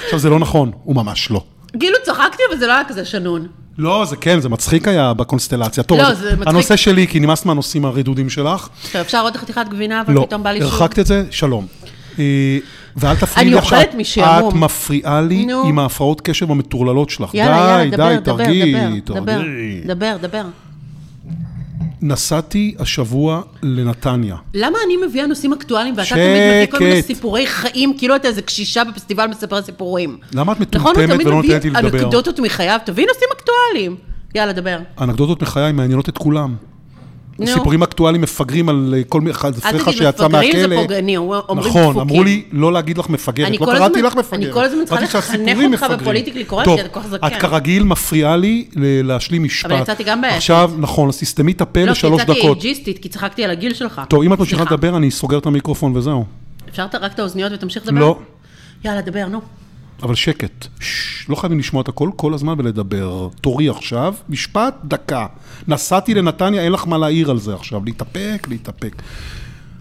Speaker 1: עכשיו, זה לא נכון, הוא ממש לא.
Speaker 2: כאילו צחקתי, אבל זה לא היה כזה שנון.
Speaker 1: לא, זה כן, זה מצחיק היה בקונסטלציה. טוב,
Speaker 2: לא,
Speaker 1: אז
Speaker 2: זה מצחיק.
Speaker 1: הנושא שלי, כי נמאס מהנושאים הרדודים שלך.
Speaker 2: טוב, אפשר עוד חתיכת גבינה, אבל
Speaker 1: לא,
Speaker 2: פתאום בא לי שוב.
Speaker 1: הרחקת את זה, שלום. אה, ואל תפריעי
Speaker 2: אני
Speaker 1: לי עכשיו.
Speaker 2: אוכלת משעמום.
Speaker 1: את מפריעה לי
Speaker 2: נו.
Speaker 1: עם ההפרעות קשב המטורללות שלך.
Speaker 2: יאללה,
Speaker 1: די,
Speaker 2: יאללה,
Speaker 1: די,
Speaker 2: דבר, דבר,
Speaker 1: תרגיעי,
Speaker 2: דבר, דבר,
Speaker 1: תרגיעי.
Speaker 2: דבר, דבר.
Speaker 1: נסעתי השבוע לנתניה.
Speaker 2: למה אני מביאה נושאים אקטואליים ואתה תמיד מביא כל מיני
Speaker 1: שקט.
Speaker 2: סיפורי חיים, כאילו אתה איזה קשישה בפסטיבל מספר סיפורים?
Speaker 1: למה את
Speaker 2: נכון,
Speaker 1: מטומטמת
Speaker 2: הוא תמיד
Speaker 1: ולא
Speaker 2: מביא
Speaker 1: נותנת לי לדבר?
Speaker 2: אנקדוטות מחייו, תביא נושאים אקטואליים. יאללה, דבר.
Speaker 1: האנקדוטות מחיי מעניינות את כולם.
Speaker 2: נו.
Speaker 1: סיפורים אקטואליים מפגרים על אה, כל מי אחד
Speaker 2: אל
Speaker 1: פחה
Speaker 2: תגיד
Speaker 1: שיצא מהכלא.
Speaker 2: מפגרים, זה פוגעני, אומרים
Speaker 1: נכון,
Speaker 2: דפוקים.
Speaker 1: אמרו לי לא להגיד לך
Speaker 2: אני
Speaker 1: מפגרת, לא
Speaker 2: כל
Speaker 1: קראתי
Speaker 2: הזמן-
Speaker 1: לך מפגרת.
Speaker 2: אני כל הזמן צריכה
Speaker 1: אמרתי
Speaker 2: לחנך
Speaker 1: שהסיפורים
Speaker 2: אותך
Speaker 1: מפגרים.
Speaker 2: בפוליטיקלי קורקט,
Speaker 1: טוב,
Speaker 2: כי אתה כל כך זקן.
Speaker 1: את כרגיל מפריעה לי ל- להשלים משפט.
Speaker 2: יצאתי גם בעצת.
Speaker 1: עכשיו, נכון, אז תסתמי את הפה
Speaker 2: לא,
Speaker 1: לשלוש
Speaker 2: כי יצאתי
Speaker 1: דקות.
Speaker 2: אייג'יסטית, כי צחקתי על הגיל שלך.
Speaker 1: טוב, אם את ממשיכה
Speaker 2: סליחה.
Speaker 1: לדבר, אני סוגר את המיקרופון וזהו.
Speaker 2: אפשר את- רק את האוזניות ותמשיך לדבר?
Speaker 1: לא.
Speaker 2: יאללה, דבר, נו.
Speaker 1: אבל שקט. ששש, לא חייבים לשמוע את הכל כל הזמן ולדבר. תורי עכשיו, משפט, דקה. נסעתי לנתניה, אין לך מה להעיר על זה עכשיו. להתאפק, להתאפק.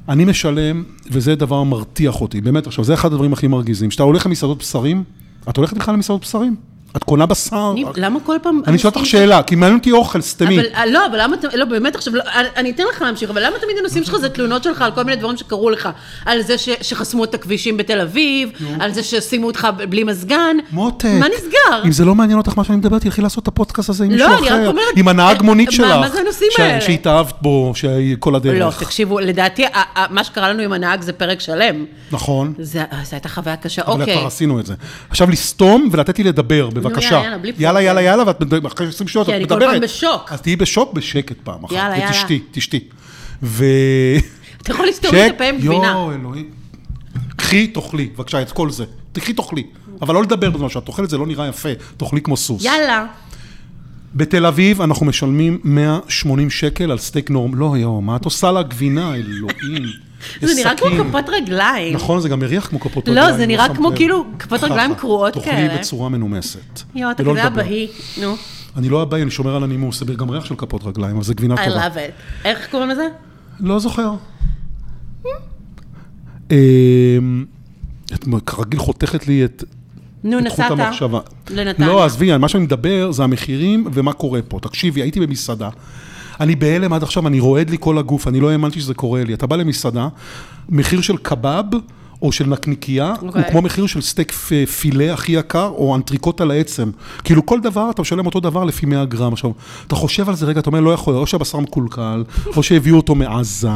Speaker 1: אני משלם, וזה דבר מרתיח אותי, באמת. עכשיו, זה אחד הדברים הכי מרגיזים. כשאתה הולך למסעדות בשרים, את הולכת בכלל למסעדות בשרים? את קונה בשר?
Speaker 2: אני- למה כל פעם...
Speaker 1: אני שואל אותך
Speaker 2: אנשים-
Speaker 1: שאלה, כי מעניין אותי אוכל, סתמי.
Speaker 2: אבל אה, לא, אבל למה, אתה- לא באמת עכשיו, לא, אני אני אתן לך להמשיך, אבל למה תמיד הנושאים שלך זה תלונות שלך על כל מיני דברים שקרו לך? על זה ש, שחסמו את הכבישים בתל אביב, על זה ששימו אותך ב- בלי מזגן.
Speaker 1: מותק.
Speaker 2: מה נסגר?
Speaker 1: אם זה לא מעניין אותך מה שאני מדבר, תלכי לעשות את הפודקאסט הזה עם
Speaker 2: לא,
Speaker 1: מישהו אחר.
Speaker 2: אני רק אומרת- אה,
Speaker 1: עם הנהג מונית
Speaker 2: מה-
Speaker 1: שלך.
Speaker 2: מה זה הנושאים
Speaker 1: שה-
Speaker 2: האלה?
Speaker 1: שהתאהבת בו, שכל הדרך.
Speaker 2: לא, תקשיבו, לדעתי, ה- ה- מה שקרה לנו עם הנהג זה פרק שלם.
Speaker 1: נכון.
Speaker 2: זה- אה, זו הייתה חוויה קשה,
Speaker 1: אבל
Speaker 2: אוקיי.
Speaker 1: כבר עשינו את זה. עכשיו לסתום ולתת לי לדבר, בבקשה.
Speaker 2: יאללה, בלי
Speaker 1: יאללה,
Speaker 2: פרופר.
Speaker 1: יאללה, יאללה, ואת מד- אחרי 20 שניות את
Speaker 2: כי
Speaker 1: מדברת.
Speaker 2: אני כל פעם בשוק.
Speaker 1: אז תהיי בשוק בשקט פעם אחת.
Speaker 2: יאללה, יאללה.
Speaker 1: ותשתי, תשתי. ו...
Speaker 2: אתה יכול לסתום לי את
Speaker 1: שק-
Speaker 2: הפה עם גבינה.
Speaker 1: יואו, אלוהים. קחי, תאכלי, בבקשה, את כל זה. תקחי, תאכלי. אבל לא לדבר בזמן שאת אוכלת, זה לא נראה יפה. תאכלי כמו סוס.
Speaker 2: יאללה.
Speaker 1: בתל אביב אנחנו משלמים 180 שקל על סטייק נורם. לא, יואו, מה את עושה לגבינה, אלוהים.
Speaker 2: זה
Speaker 1: יש
Speaker 2: נראה כמו
Speaker 1: סכין.
Speaker 2: כפות רגליים.
Speaker 1: נכון, זה גם מריח כמו כפות
Speaker 2: כאילו- לא,
Speaker 1: רגליים.
Speaker 2: זה נראה
Speaker 1: שמת
Speaker 2: כמו
Speaker 1: לב.
Speaker 2: כאילו כפות
Speaker 1: ככה,
Speaker 2: רגליים קרועות
Speaker 1: תאכלי
Speaker 2: כאלה.
Speaker 1: בצורה מנומסת.
Speaker 2: יואו, אתה
Speaker 1: ולא
Speaker 2: כזה
Speaker 1: לדבר.
Speaker 2: אבהי. נו,
Speaker 1: אני לא אבאי, אני שומר על הנימוס, זה גם ריח של כפות רגליים, אבל זה גבינה
Speaker 2: I
Speaker 1: טובה.
Speaker 2: love it. איך קוראים לזה?
Speaker 1: לא זוכר.
Speaker 2: Hmm?
Speaker 1: אמ, את כרגיל חותכת לי את
Speaker 2: נו,
Speaker 1: את חוט
Speaker 2: נסעת?
Speaker 1: המחשבה.
Speaker 2: לנתניה.
Speaker 1: לא, עזבי, על מה שאני מדבר זה המחירים ומה קורה פה. תקשיבי, הייתי במסעדה, אני בהלם עד עכשיו, אני רועד לי כל הגוף, אני לא האמנתי שזה קורה לי. אתה בא למסעדה, מחיר של קבב או של נקניקייה, הוא
Speaker 2: אוקיי.
Speaker 1: כמו מחיר של סטייק פ- פילה הכי יקר, או אנטריקוט על העצם. כאילו כל דבר, אתה משלם אותו דבר לפי 100 גרם. עכשיו, אתה חושב על זה רגע, אתה אומר, לא יכול, או שהבשר מקולקל, או שהביאו אותו מעזה,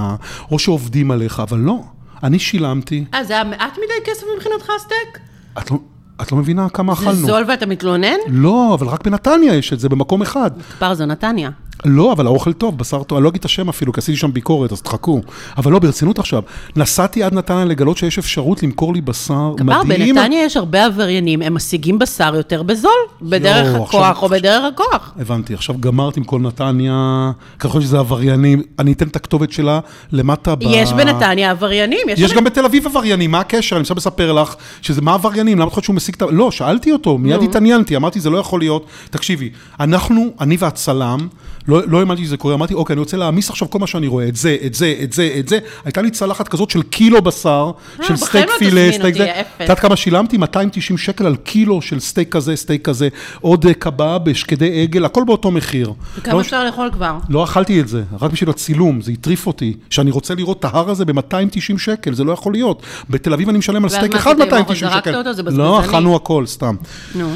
Speaker 1: או שעובדים עליך, אבל לא. אני שילמתי,
Speaker 2: אה, זה היה מעט מדי כסף מבחינתך הסטייק?
Speaker 1: את לא, את לא מבינה כמה
Speaker 2: זה
Speaker 1: אכלנו.
Speaker 2: זול ואתה מתלונן?
Speaker 1: לא, אבל רק בנתניה יש את זה, במקום אחד.
Speaker 2: כבר זו נתניה.
Speaker 1: לא, אבל האוכל טוב, בשר טוב, אני לא אגיד את השם אפילו, כי עשיתי שם ביקורת, אז תחכו. אבל לא, ברצינות עכשיו. נסעתי עד נתניה לגלות שיש אפשרות למכור לי בשר
Speaker 2: כבר
Speaker 1: מדהים.
Speaker 2: בנתניה יש הרבה עבריינים, הם משיגים בשר יותר בזול, בדרך
Speaker 1: יואו,
Speaker 2: הכוח
Speaker 1: עכשיו-
Speaker 2: או בדרך הכוח.
Speaker 1: הבנתי, עכשיו גמרת עם כל נתניה, ככל שזה עבריינים, אני אתן את הכתובת שלה למטה ב...
Speaker 2: יש בנתניה עבריינים, יש...
Speaker 1: יש
Speaker 2: שם-
Speaker 1: גם בתל אביב עבריינים, מה הקשר? אני עכשיו מספר לך שזה מה עבריינים, למה את חושבת שהוא משיג את ה... לא, שאלתי אותו, מיד התעניינתי, אמרתי, זה לא יכול להיות. תקשיבי, אנחנו, אני והצלם, לא לא האמנתי שזה קורה, אמרתי, אוקיי, אני רוצה להעמיס עכשיו כל מה שאני רואה, את זה, את זה, את זה, את זה. הייתה לי צלחת כזאת של קילו בשר,
Speaker 2: אה,
Speaker 1: של
Speaker 2: בחיים
Speaker 1: סטייק
Speaker 2: לא
Speaker 1: פילה,
Speaker 2: תזמין
Speaker 1: סטייק
Speaker 2: אותי,
Speaker 1: זה.
Speaker 2: אפס.
Speaker 1: את יודעת כמה שילמתי? 290 שקל על קילו של סטייק כזה, סטייק כזה, עוד אה, קבב, שקדי עגל, הכל באותו מחיר.
Speaker 2: כמה
Speaker 1: לא
Speaker 2: אפשר לאכול כבר?
Speaker 1: לא אכלתי את זה, רק בשביל הצילום, זה הטריף אותי, שאני רוצה לראות את ההר הזה ב-290 שקל, זה לא יכול להיות. בתל אביב אני משלם על
Speaker 2: ואז
Speaker 1: סטייק
Speaker 2: מה
Speaker 1: אחד
Speaker 2: עשית עם האוכל?
Speaker 1: 290
Speaker 2: זרקת
Speaker 1: שקל.
Speaker 2: אותו? זה
Speaker 1: לא,
Speaker 2: בזבזני.
Speaker 1: אכלנו הכל, סתם.
Speaker 2: נו.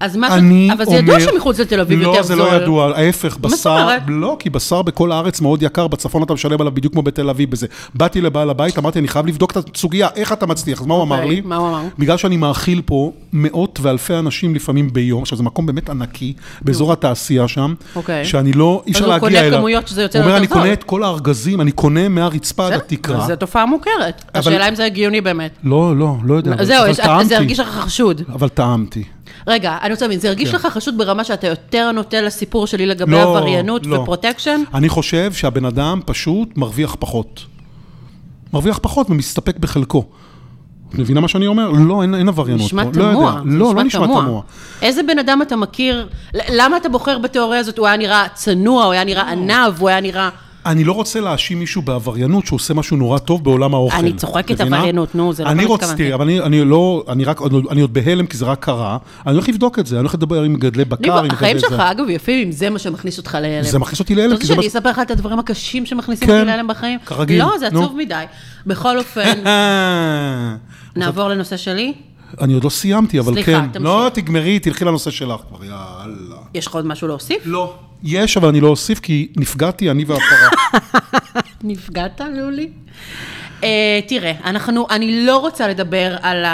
Speaker 2: אז מה
Speaker 1: אני
Speaker 2: זה...
Speaker 1: אומר...
Speaker 2: אבל זה ידוע שמחוץ לתל אביב יותר זול.
Speaker 1: לא, זה לא ידוע, ההפך,
Speaker 2: זאת
Speaker 1: בשר...
Speaker 2: אומרת?
Speaker 1: לא, כי בשר בכל הארץ מאוד יקר, בצפון אתה משלם עליו בדיוק כמו בתל אביב בזה. באתי לבעל הבית, אמרתי, אני חייב לבדוק את הסוגיה, איך אתה מצליח, אז מה הוא אמר
Speaker 2: אוקיי,
Speaker 1: לי?
Speaker 2: מה הוא אמר?
Speaker 1: בגלל שאני מאכיל פה מאות ואלפי אנשים לפעמים ביום, עכשיו זה מקום באמת ענקי, באזור התעשייה שם,
Speaker 2: אוקיי.
Speaker 1: שאני לא, אי אפשר
Speaker 2: הוא
Speaker 1: להגיע
Speaker 2: קונה
Speaker 1: אליו.
Speaker 2: כמויות שזה יוצא
Speaker 1: הוא אומר, אני
Speaker 2: יותר זול."
Speaker 1: קונה את כל הארגזים, אני קונה מהרצפה עד
Speaker 2: בסדר,
Speaker 1: התקרה.
Speaker 2: זו תופעה מוכרת. השאלה אם זה הגיוני באמת.
Speaker 1: לא, לא, לא יודע, אבל-
Speaker 2: זהו,
Speaker 1: אבל
Speaker 2: יש- זה
Speaker 1: טעמתי.
Speaker 2: הרגיש לך חשוד.
Speaker 1: אבל טעמתי.
Speaker 2: רגע, אני רוצה להבין, זה הרגיש לך חשוד ברמה שאתה יותר נוטה לסיפור שלי לגבי
Speaker 1: כן. לא,
Speaker 2: עבריינות
Speaker 1: לא.
Speaker 2: ופרוטקשן?
Speaker 1: אני חושב שהבן אדם פשוט מרוויח פחות. מרוויח פחות ומסתפק בחלקו. את מבינה מה שאני אומר? לא, אין, אין עבריינות
Speaker 2: נשמע
Speaker 1: פה. לא
Speaker 2: תמוה.
Speaker 1: יודע. לא, לא נשמע תמוה.
Speaker 2: איזה בן אדם אתה מכיר? ל- למה אתה בוחר בתיאוריה הזאת? הוא היה נראה צנוע, הוא היה
Speaker 1: לא.
Speaker 2: נראה עניו, הוא היה נראה...
Speaker 1: אני לא רוצה להאשים מישהו בעבריינות שהוא עושה משהו נורא טוב בעולם האוכל.
Speaker 2: אני צוחקת,
Speaker 1: את מבינה?
Speaker 2: עבריינות, נו, זה לא
Speaker 1: אני
Speaker 2: מה
Speaker 1: רוצה,
Speaker 2: שהתכוונתי.
Speaker 1: תראי, אבל אני, אני לא, אני רק, אני עוד בהלם כי זה רק קרה. אני הולך לבדוק את זה, אני הולך לדבר עם מגדלי בקר, עם
Speaker 2: ניבו,
Speaker 1: מגדלי
Speaker 2: החיים שלך,
Speaker 1: זה.
Speaker 2: אגב, יפים, אם זה מה שמכניס אותך להלם.
Speaker 1: זה מכניס אותי להלם,
Speaker 2: אתה
Speaker 1: כי
Speaker 2: רוצה
Speaker 1: זה מה-
Speaker 2: שאני אספר לך את הדברים הקשים שמכניסים
Speaker 1: כן,
Speaker 2: אותי להלם בחיים?
Speaker 1: כרגיל,
Speaker 2: לא, זה עצוב
Speaker 1: נו.
Speaker 2: מדי. בכל אופן, נעבור לנושא שלי.
Speaker 1: אני עוד לא סיימתי, אבל
Speaker 2: סליחה,
Speaker 1: כן.
Speaker 2: תמשיך.
Speaker 1: לא, תגמרי, תלכי לנושא שלך כבר, יאללה.
Speaker 2: יש לך עוד משהו להוסיף?
Speaker 1: לא. יש, אבל אני לא אוסיף, כי נפגעתי אני והפרה.
Speaker 2: נפגעת, לולי? Uh, תראה, אנחנו, אני לא רוצה לדבר על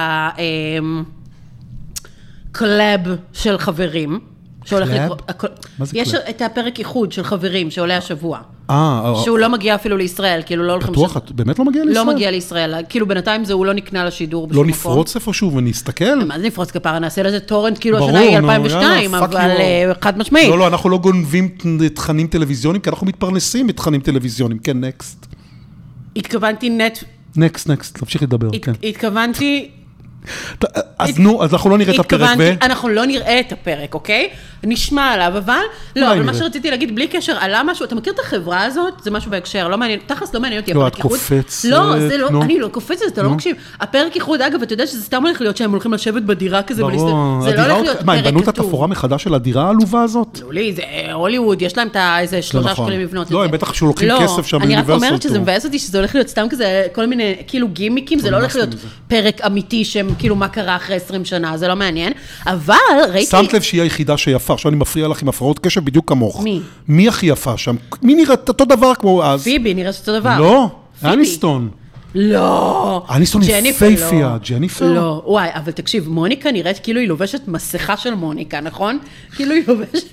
Speaker 2: הקלאב של חברים. שהולך
Speaker 1: קלאב?
Speaker 2: לקרות- הכל-
Speaker 1: מה זה
Speaker 2: יש
Speaker 1: קלאב?
Speaker 2: את הפרק איחוד של חברים שעולה השבוע.
Speaker 1: אה,
Speaker 2: שהוא לא מגיע אפילו לישראל, כאילו לא הולכים...
Speaker 1: בטוח,
Speaker 2: לשם-
Speaker 1: את באמת לא מגיע לישראל?
Speaker 2: לא מגיע לישראל, כאילו בינתיים זה הוא לא נקנה לשידור בשום
Speaker 1: לא
Speaker 2: מקום.
Speaker 1: נפרוץ איפשהו ונסתכל?
Speaker 2: מה זה נפרוץ כפרה? נעשה לזה טורנט, כאילו
Speaker 1: ברור,
Speaker 2: השנה היא
Speaker 1: נו,
Speaker 2: 2002,
Speaker 1: יאללה, fuck
Speaker 2: אבל
Speaker 1: you.
Speaker 2: אה, חד משמעית.
Speaker 1: לא, לא, אנחנו לא גונבים ת- תכנים טלוויזיוניים, כי אנחנו מתפרנסים מתכנים טלוויזיוניים. כן, נקסט.
Speaker 2: התכוונתי נט...
Speaker 1: נקסט, נקסט, תמשיכי לדבר,
Speaker 2: הת-
Speaker 1: כן.
Speaker 2: התכוונתי...
Speaker 1: ת- אז נו, אז אנחנו לא נראה את הפרק ו...
Speaker 2: התכוונתי, אנחנו לא נראה את הפרק, אוקיי? נשמע עליו, אבל... לא,
Speaker 1: אולי
Speaker 2: אבל מה
Speaker 1: נראה.
Speaker 2: שרציתי להגיד, בלי קשר, עלה משהו, אתה מכיר את החברה הזאת? זה משהו בהקשר, לא מעניין, תכלס לא מעניין אותי
Speaker 1: לא,
Speaker 2: הפרק
Speaker 1: את
Speaker 2: איחוד.
Speaker 1: קופצת,
Speaker 2: לא, זה לא,
Speaker 1: נו.
Speaker 2: אני לא קופצת, אתה לא מקשיב. הפרק איחוד, אגב, אתה יודע שזה סתם הולך להיות שהם הולכים לשבת בדירה כזה
Speaker 1: ברור,
Speaker 2: ולהסתכל. זה לא
Speaker 1: הדירה
Speaker 2: הולך
Speaker 1: עוד-
Speaker 2: להיות פרק כתוב.
Speaker 1: מה, הם בנו את התפאורה מחדש של הדירה העלובה הזאת?
Speaker 2: עלולי, זה אה, הוליווד, יש להם את ה- איזה שלושה
Speaker 1: נכון.
Speaker 2: שקלים לבנות את זה.
Speaker 1: לא, הם בטח שלוקחים
Speaker 2: לא,
Speaker 1: כסף שם
Speaker 2: אני רק
Speaker 1: מאוניברסיטה,
Speaker 2: אומרת שזה
Speaker 1: הוא-
Speaker 2: מבאס אותי שזה הולך להיות סתם כזה, כל מיני, כאילו גימיקים, זה לא הולך
Speaker 1: נמאס לי
Speaker 2: להיות פרק אמיתי שהם, כאילו, מה קרה אחרי 20 שנה, זה לא מעניין. אבל ראיתי...
Speaker 1: שמת לב שהיא היחידה שיפה, עכשיו אני מפריע לך עם הפרעות קשב בדיוק כמוך.
Speaker 2: מי?
Speaker 1: מי הכי יפה שם? מי נראית אותו דבר כמו אז?
Speaker 2: פיבי, נראה שאותו דבר.
Speaker 1: לא,
Speaker 2: פיבי.
Speaker 1: אניסטון.
Speaker 2: לא.
Speaker 1: אניסטון היא
Speaker 2: ג'ניפר לא.
Speaker 1: פייפייה, ג'ניפר.
Speaker 2: לא, וואי, אבל תקשיב, מוניקה נראית כאילו היא לובשת מסכה של מוניקה, נכון? כאילו היא לובשת...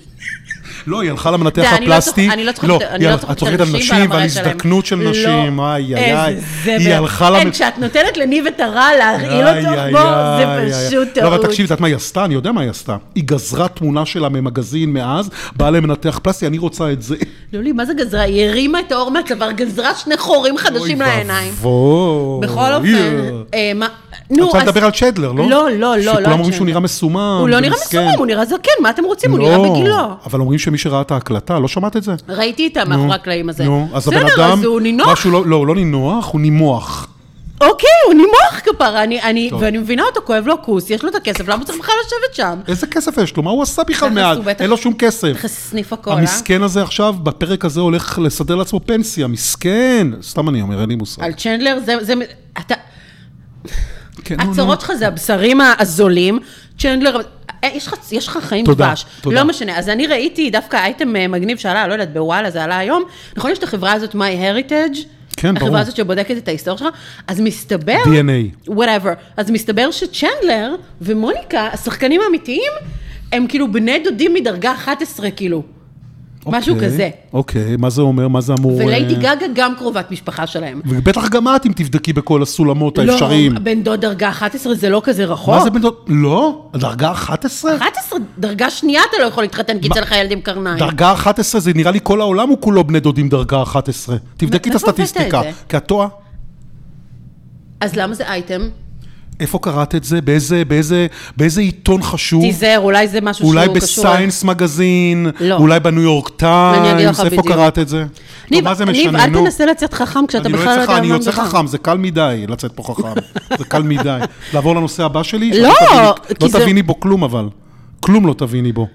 Speaker 1: לא, היא הלכה למנתח
Speaker 2: די, אני לא
Speaker 1: הפלסטי.
Speaker 2: צוחק- אני לא צוחקת- אני לא
Speaker 1: היא-
Speaker 2: צוחקת
Speaker 1: את צוחקת על
Speaker 2: על
Speaker 1: נשים
Speaker 2: נשים ועל
Speaker 1: ועל
Speaker 2: המראה שלהם.
Speaker 1: הזדקנות של
Speaker 2: לא.
Speaker 1: נשים, איי איי איי.
Speaker 2: איזה
Speaker 1: היא
Speaker 2: זבל.
Speaker 1: הלכה
Speaker 2: אין, כשאת נותנת לניב את הרע להרעיל אותו
Speaker 1: איי,
Speaker 2: בו,
Speaker 1: איי,
Speaker 2: זה
Speaker 1: איי, איי.
Speaker 2: פשוט
Speaker 1: לא, אבל
Speaker 2: טעות.
Speaker 1: תקשיבי, את יודעת מה היא עשתה? אני יודע מה היא עשתה. היא גזרה תמונה שלה ממגזין מאז, באה למנתח פלסטי, אני רוצה את זה.
Speaker 2: לולי, לא, מה זה גזרה? היא הרימה את האור מהצוואר, גזרה שני חורים חדשים לעיניים.
Speaker 1: ואבוי.
Speaker 2: בכל אופן,
Speaker 1: יאה.
Speaker 2: אה, מה...
Speaker 1: את
Speaker 2: נו,
Speaker 1: רוצה לדבר על צ'דלר, לא?
Speaker 2: לא, לא, לא, לא
Speaker 1: שכולם
Speaker 2: על
Speaker 1: אומרים שהוא
Speaker 2: צ'נדלר.
Speaker 1: נראה מסומם.
Speaker 2: הוא לא נראה
Speaker 1: ומסכן.
Speaker 2: מסומם, הוא נראה זקן, מה אתם רוצים? הוא נראה
Speaker 1: לא,
Speaker 2: בגילו.
Speaker 1: אבל אומרים שמי שראה את ההקלטה, לא שמעת את זה?
Speaker 2: ראיתי את המאחורי הקלעים הזה.
Speaker 1: נו, אז הבן אדם...
Speaker 2: בסדר, אז הוא נינוח.
Speaker 1: משהו לא, לא, הוא לא נינוח, הוא נימוח.
Speaker 2: אוקיי, הוא נימוח כפרה, אני, אני,
Speaker 1: טוב.
Speaker 2: ואני מבינה אותו, כואב לו כוס, יש לו את הכסף, למה הוא צריך בכלל לשבת שם?
Speaker 1: איזה כסף יש לו? מה הוא עשה בכלל
Speaker 2: תכלס,
Speaker 1: מאז?
Speaker 2: הוא בטח- אה?
Speaker 1: אין לו שום כסף.
Speaker 2: נכנס סניף הקולה.
Speaker 1: כן. המסכן הזה עכשיו, בפרק הזה הולך לסדר לעצמו פנסיה, מסכן. סתם אני אומר, אין לי מושג.
Speaker 2: על צ'נדלר, זה, זה, אתה,
Speaker 1: כן, נו,
Speaker 2: הצרות שלך זה הבשרים הזולים, צ'נדלר, אה, יש לך, יש לך חיים
Speaker 1: תודה,
Speaker 2: דבש.
Speaker 1: תודה.
Speaker 2: לא משנה, אז אני ראיתי דווקא אייטם אה, מגניב שעלה, לא יודעת, בוואלה זה עלה היום, נכון יש את החברה הזאת, My Heritage?
Speaker 1: כן, ברור.
Speaker 2: החברה הזאת שבודקת את ההיסטוריה שלך, אז מסתבר...
Speaker 1: DNA.
Speaker 2: whatever. אז מסתבר שצ'נדלר ומוניקה, השחקנים האמיתיים, הם כאילו בני דודים מדרגה 11, כאילו.
Speaker 1: אוקיי,
Speaker 2: משהו כזה.
Speaker 1: אוקיי, מה זה אומר? מה זה אמור...
Speaker 2: וליידי
Speaker 1: אה,
Speaker 2: גגה גם קרובת משפחה שלהם.
Speaker 1: ובטח גם את, אם תבדקי בכל הסולמות האפשריים.
Speaker 2: לא, בן דוד דרגה 11 זה לא כזה רחוק.
Speaker 1: מה זה בן דוד? לא? דרגה 11?
Speaker 2: 11, דרגה שנייה אתה לא יכול להתחתן, כי
Speaker 1: מה-
Speaker 2: יצא לך ילד עם קרניים.
Speaker 1: דרגה 11 זה נראה לי כל העולם הוא כולו בני דודים דרגה 11. תבדקי את
Speaker 2: מאיפה הבאת את
Speaker 1: הסטטיסטיקה.
Speaker 2: זה?
Speaker 1: כי את טועה.
Speaker 2: אז למה זה אייטם?
Speaker 1: איפה קראת את זה? באיזה- באיזה- באיזה עיתון חשוב?
Speaker 2: תיזהר, אולי זה משהו שהוא
Speaker 1: אולי
Speaker 2: קשור...
Speaker 1: בסיינס מגזין,
Speaker 2: לא.
Speaker 1: אולי בניו יורק
Speaker 2: אני אגיד
Speaker 1: טיימס,
Speaker 2: לך
Speaker 1: איפה
Speaker 2: בדיוק.
Speaker 1: קראת את זה? נו,
Speaker 2: ניב,
Speaker 1: מה זה
Speaker 2: ניב,
Speaker 1: משנה,
Speaker 2: אל
Speaker 1: נו?
Speaker 2: תנסה לצאת חכם כשאתה
Speaker 1: אני לא
Speaker 2: בכלל
Speaker 1: יוצא
Speaker 2: לא יודע
Speaker 1: חכם,
Speaker 2: על
Speaker 1: אני
Speaker 2: מה
Speaker 1: יוצא
Speaker 2: מדובר.
Speaker 1: חכם, זה קל מדי לצאת פה חכם, זה קל מדי. לעבור לנושא הבא שלי?
Speaker 2: לא,
Speaker 1: שאת תביני-
Speaker 2: כי
Speaker 1: לא
Speaker 2: זה-
Speaker 1: תביני בו כלום אבל. כלום לא תביני בו.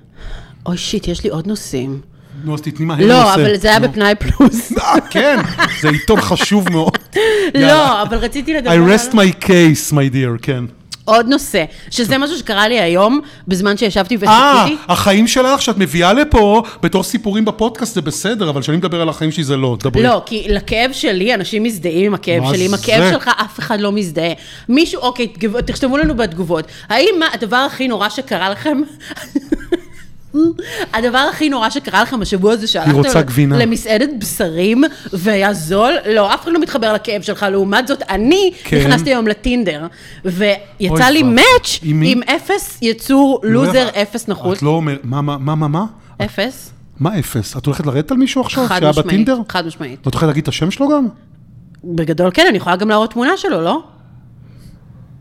Speaker 2: אוי שיט, יש לי עוד נושאים.
Speaker 1: נו, אז תתני מהר
Speaker 2: לא,
Speaker 1: נושא.
Speaker 2: אבל זה היה
Speaker 1: נו.
Speaker 2: בפנאי פלוס.
Speaker 1: אה, כן, זה עיתון חשוב מאוד.
Speaker 2: לא,
Speaker 1: יאללה.
Speaker 2: אבל לא- רציתי
Speaker 1: I
Speaker 2: לדבר על
Speaker 1: rest my case, my dear, כן.
Speaker 2: עוד נושא, שזה משהו שקרה לי היום, בזמן שישבתי
Speaker 1: אה,
Speaker 2: וחיכיתי.
Speaker 1: החיים שלך שאת מביאה לפה בתור סיפורים בפודקאסט זה בסדר, אבל כשאני מדבר על החיים שלי זה לא, דברי.
Speaker 2: לא, כי לכאב שלי אנשים מזדהים עם הכאב
Speaker 1: מה
Speaker 2: שלי, עם
Speaker 1: זה?
Speaker 2: הכאב שלך אף אחד לא מזדהה. מישהו, אוקיי, תגב- תכתבו לנו בתגובות. האם מה- הדבר הכי נורא שקרה לכם... הדבר הכי נורא שקרה לכם השבוע זה
Speaker 1: רוצה
Speaker 2: שהלכתם
Speaker 1: גבינה.
Speaker 2: למסעדת בשרים והיה זול, לא, אף אחד לא מתחבר לכאב שלך, לעומת זאת, אני
Speaker 1: כן.
Speaker 2: נכנסתי היום לטינדר, ויצא
Speaker 1: אוי,
Speaker 2: לי
Speaker 1: ואבוי.
Speaker 2: מאץ'
Speaker 1: עם מי? לא
Speaker 2: עם אפס יצור לוזר, אפס נחות,
Speaker 1: את לא אומרת, מה, מה, מה, מה, מה?
Speaker 2: אפס,
Speaker 1: מה אפס? את הולכת לרדת על מישהו עכשיו?
Speaker 2: חד
Speaker 1: שהיה
Speaker 2: משמעית,
Speaker 1: בטינדר?
Speaker 2: חד משמעית.
Speaker 1: ואת הולכת להגיד את השם שלו גם?
Speaker 2: בגדול כן, אני יכולה גם להראות תמונה שלו, לא?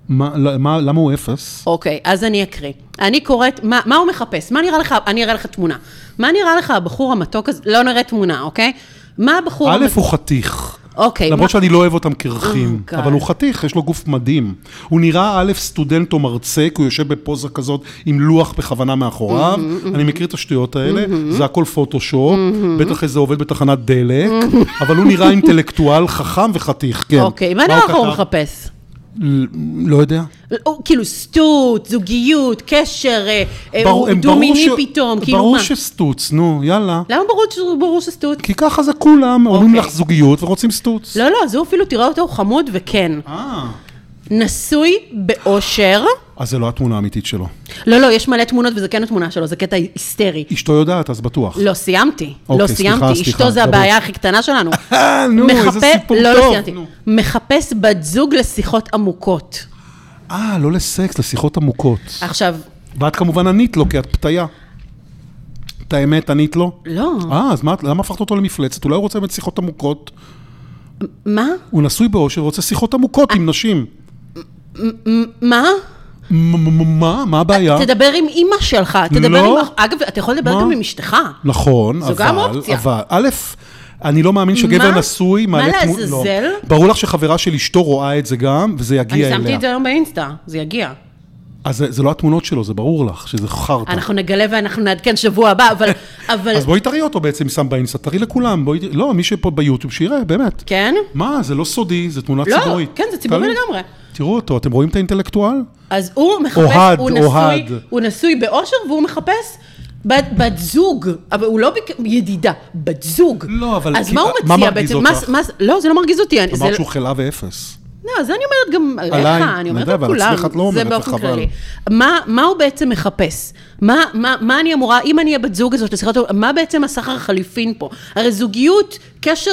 Speaker 1: מה, לא, מה, למה הוא אפס?
Speaker 2: אוקיי, אז אני אקריא. אני קוראת, מה, מה הוא מחפש? מה נראה לך, אני אראה לך תמונה. מה נראה לך הבחור המתוק הזה? לא נראה תמונה, אוקיי? מה הבחור
Speaker 1: א',
Speaker 2: המתוק?
Speaker 1: הוא חתיך.
Speaker 2: אוקיי, מה-
Speaker 1: למרות שאני לא אוהב אותם קרחים,
Speaker 2: Oh, God.
Speaker 1: אבל הוא חתיך, יש לו גוף מדהים. הוא נראה א', סטודנט או מרצה, כי הוא יושב בפוזה כזאת עם לוח בכוונה מאחוריו.
Speaker 2: אה,
Speaker 1: אני מכיר את השטויות האלה, זה הכל פוטושופ, בטח איזה עובד בתחנת דלק, אבל הוא נראה אינטלקטואל חכם וחתיך, כן.
Speaker 2: אה, אוקיי, מה נראה
Speaker 1: הוא
Speaker 2: לך הוא
Speaker 1: כתב?
Speaker 2: מחפש?
Speaker 1: ל- לא יודע.
Speaker 2: הוא, כאילו סטוט, זוגיות, קשר, אה, אה,
Speaker 1: ברור-
Speaker 2: הוא
Speaker 1: הם- ברור
Speaker 2: דו-מיני
Speaker 1: ש-
Speaker 2: פתאום, כאילו
Speaker 1: ברור
Speaker 2: מה?
Speaker 1: שסטוץ, נו, יאללה.
Speaker 2: למה ברור, ש... ברור שסטוט?
Speaker 1: כי ככה זה כולם, אומרים
Speaker 2: אוקיי.
Speaker 1: לך זוגיות ורוצים סטוץ.
Speaker 2: לא, לא, אז הוא אפילו, תראה אותו, הוא חמוד וכן.
Speaker 1: אה.
Speaker 2: נשוי באושר.
Speaker 1: אז זה לא התמונה האמיתית שלו.
Speaker 2: לא, לא, יש מלא תמונות וזה כן התמונה שלו, זה קטע היסטרי.
Speaker 1: אשתו יודעת, אז בטוח.
Speaker 2: לא סיימתי,
Speaker 1: אוקיי,
Speaker 2: לא
Speaker 1: סליחה,
Speaker 2: סיימתי,
Speaker 1: סליחה,
Speaker 2: אשתו זה
Speaker 1: דבר.
Speaker 2: הבעיה הכי קטנה שלנו.
Speaker 1: אה, נו, איזה
Speaker 2: מחפש-
Speaker 1: סיפור
Speaker 2: לא, לא
Speaker 1: טוב.
Speaker 2: סיימתי.
Speaker 1: נו.
Speaker 2: מחפש בת זוג לשיחות עמוקות.
Speaker 1: אה, לא לסקס, לשיחות עמוקות.
Speaker 2: עכשיו,
Speaker 1: ואת כמובן ענית לו, כי את פתיה. את האמת, ענית לו?
Speaker 2: לא.
Speaker 1: אה, אז מה, את- למה הפכת אותו למפלצת? אולי הוא רוצה באמת שיחות עמוקות.
Speaker 2: מה? אה.
Speaker 1: הוא נשוי באושר, רוצה שיחות עמוקות עם נשים.
Speaker 2: מה?
Speaker 1: מ- מ- מה? מה הבעיה?
Speaker 2: אה, תדבר עם אימא שלך, תדבר
Speaker 1: לא.
Speaker 2: עם... אח- אגב, אתה יכול לדבר
Speaker 1: מה?
Speaker 2: גם עם אשתך.
Speaker 1: נכון,
Speaker 2: זו
Speaker 1: אבל,
Speaker 2: גם אופציה.
Speaker 1: אבל, א', אני לא מאמין שגבר
Speaker 2: מה?
Speaker 1: נשוי
Speaker 2: מה
Speaker 1: מעלה תמו-
Speaker 2: לעזאזל?
Speaker 1: לא. ברור לך שחברה של אשתו רואה את זה גם, וזה יגיע
Speaker 2: אני
Speaker 1: אליה.
Speaker 2: שמתי את זה היום באינסטה, זה יגיע.
Speaker 1: אז זה, זה לא התמונות שלו, זה ברור לך שזה חרטא.
Speaker 2: אנחנו נגלה ואנחנו נעדכן שבוע הבא, אבל... אבל...
Speaker 1: אז בואי תראי אותו בעצם, שם באינסטה, תראי לכולם, בואי, ת- לא, מי שפה ביוטיוב שיראה, באמת.
Speaker 2: כן?
Speaker 1: מה, זה לא סודי, זה תמונה
Speaker 2: לא,
Speaker 1: ציבורית.
Speaker 2: כן, זה ציבורי
Speaker 1: תעלי.
Speaker 2: לגמרי.
Speaker 1: תראו אותו, אתם רואים את האינטלקטואל?
Speaker 2: אז הוא מחפש,
Speaker 1: אוהד,
Speaker 2: הוא, נשוי,
Speaker 1: אוהד.
Speaker 2: הוא נשוי באושר והוא מחפש בת, בת זוג, אבל הוא לא בק... ידידה, בת זוג.
Speaker 1: לא, אבל
Speaker 2: אז
Speaker 1: כי-
Speaker 2: מה הוא
Speaker 1: מה
Speaker 2: מציע
Speaker 1: מרגיז
Speaker 2: בעצם? מה,
Speaker 1: אותך?
Speaker 2: מה, לא, זה לא מרגיז אותי. אני-
Speaker 1: אמרת
Speaker 2: זה,
Speaker 1: שהוא חלאה ואפס.
Speaker 2: לא, זה אני אומרת גם עליך,
Speaker 1: עליי,
Speaker 2: אני אומרת
Speaker 1: נדב,
Speaker 2: על
Speaker 1: על
Speaker 2: כולם.
Speaker 1: עצמך את לא
Speaker 2: זה
Speaker 1: אומרת,
Speaker 2: באופן
Speaker 1: וחבל.
Speaker 2: כללי. מה, מה הוא בעצם מחפש? מה, מה, מה אני אמורה, אם אני הבת זוג הזאת לשיחת, מה בעצם הסחר חליפין פה? הרי זוגיות, קשר,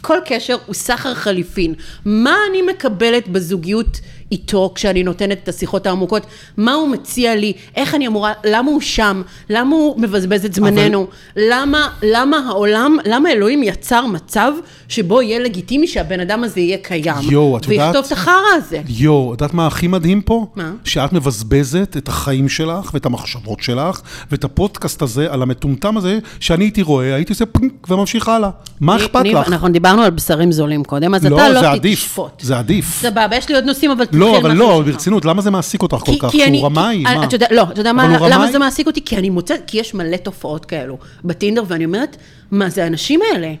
Speaker 2: כל קשר הוא סחר חליפין. מה אני מקבלת בזוגיות איתו כשאני נותנת את השיחות העמוקות? מה הוא מציע לי? איך אני אמורה, למה הוא שם? למה הוא מבזבז את זמננו? למה, למה העולם, למה אלוהים יצר מצב שבו יהיה לגיטימי שהבן אדם הזה יהיה קיים?
Speaker 1: יואו, את יודעת-
Speaker 2: ויכתוב את החרא הזה.
Speaker 1: יואו, את יודעת מה הכי מדהים פה?
Speaker 2: מה?
Speaker 1: שאת מבזבזת את החיים שלך ואת המחשבות שלך ואת הפודקאסט הזה על המטומטם הזה, שאני הייתי רואה, הייתי עושה פונק וממשיך הלאה. מה אכפת
Speaker 2: ניב,
Speaker 1: לך?
Speaker 2: אנחנו דיברנו על בשרים זולים קודם, אז
Speaker 1: לא,
Speaker 2: אתה
Speaker 1: זה
Speaker 2: לא
Speaker 1: עדיף.
Speaker 2: תשפוט.
Speaker 1: זה עדיף.
Speaker 2: סבבה, יש לי עוד נושאים, אבל תתחיל
Speaker 1: לא, אבל
Speaker 2: מהחיים
Speaker 1: לא,
Speaker 2: שלך.
Speaker 1: ברצינות, למה זה מעסיק אותך כל
Speaker 2: כי-
Speaker 1: כך?
Speaker 2: כי אני-
Speaker 1: הוא רמאי?
Speaker 2: אה,
Speaker 1: מה?
Speaker 2: אתה יודע- לא, אתה יודע
Speaker 1: אבל
Speaker 2: מה,
Speaker 1: הוא
Speaker 2: למה
Speaker 1: רמאי?
Speaker 2: זה מעסיק אותי? כי אני מוצאת, כי יש מלא תופעות כאלו בטינדר, ואני אומרת, מה זה האנשים האלה?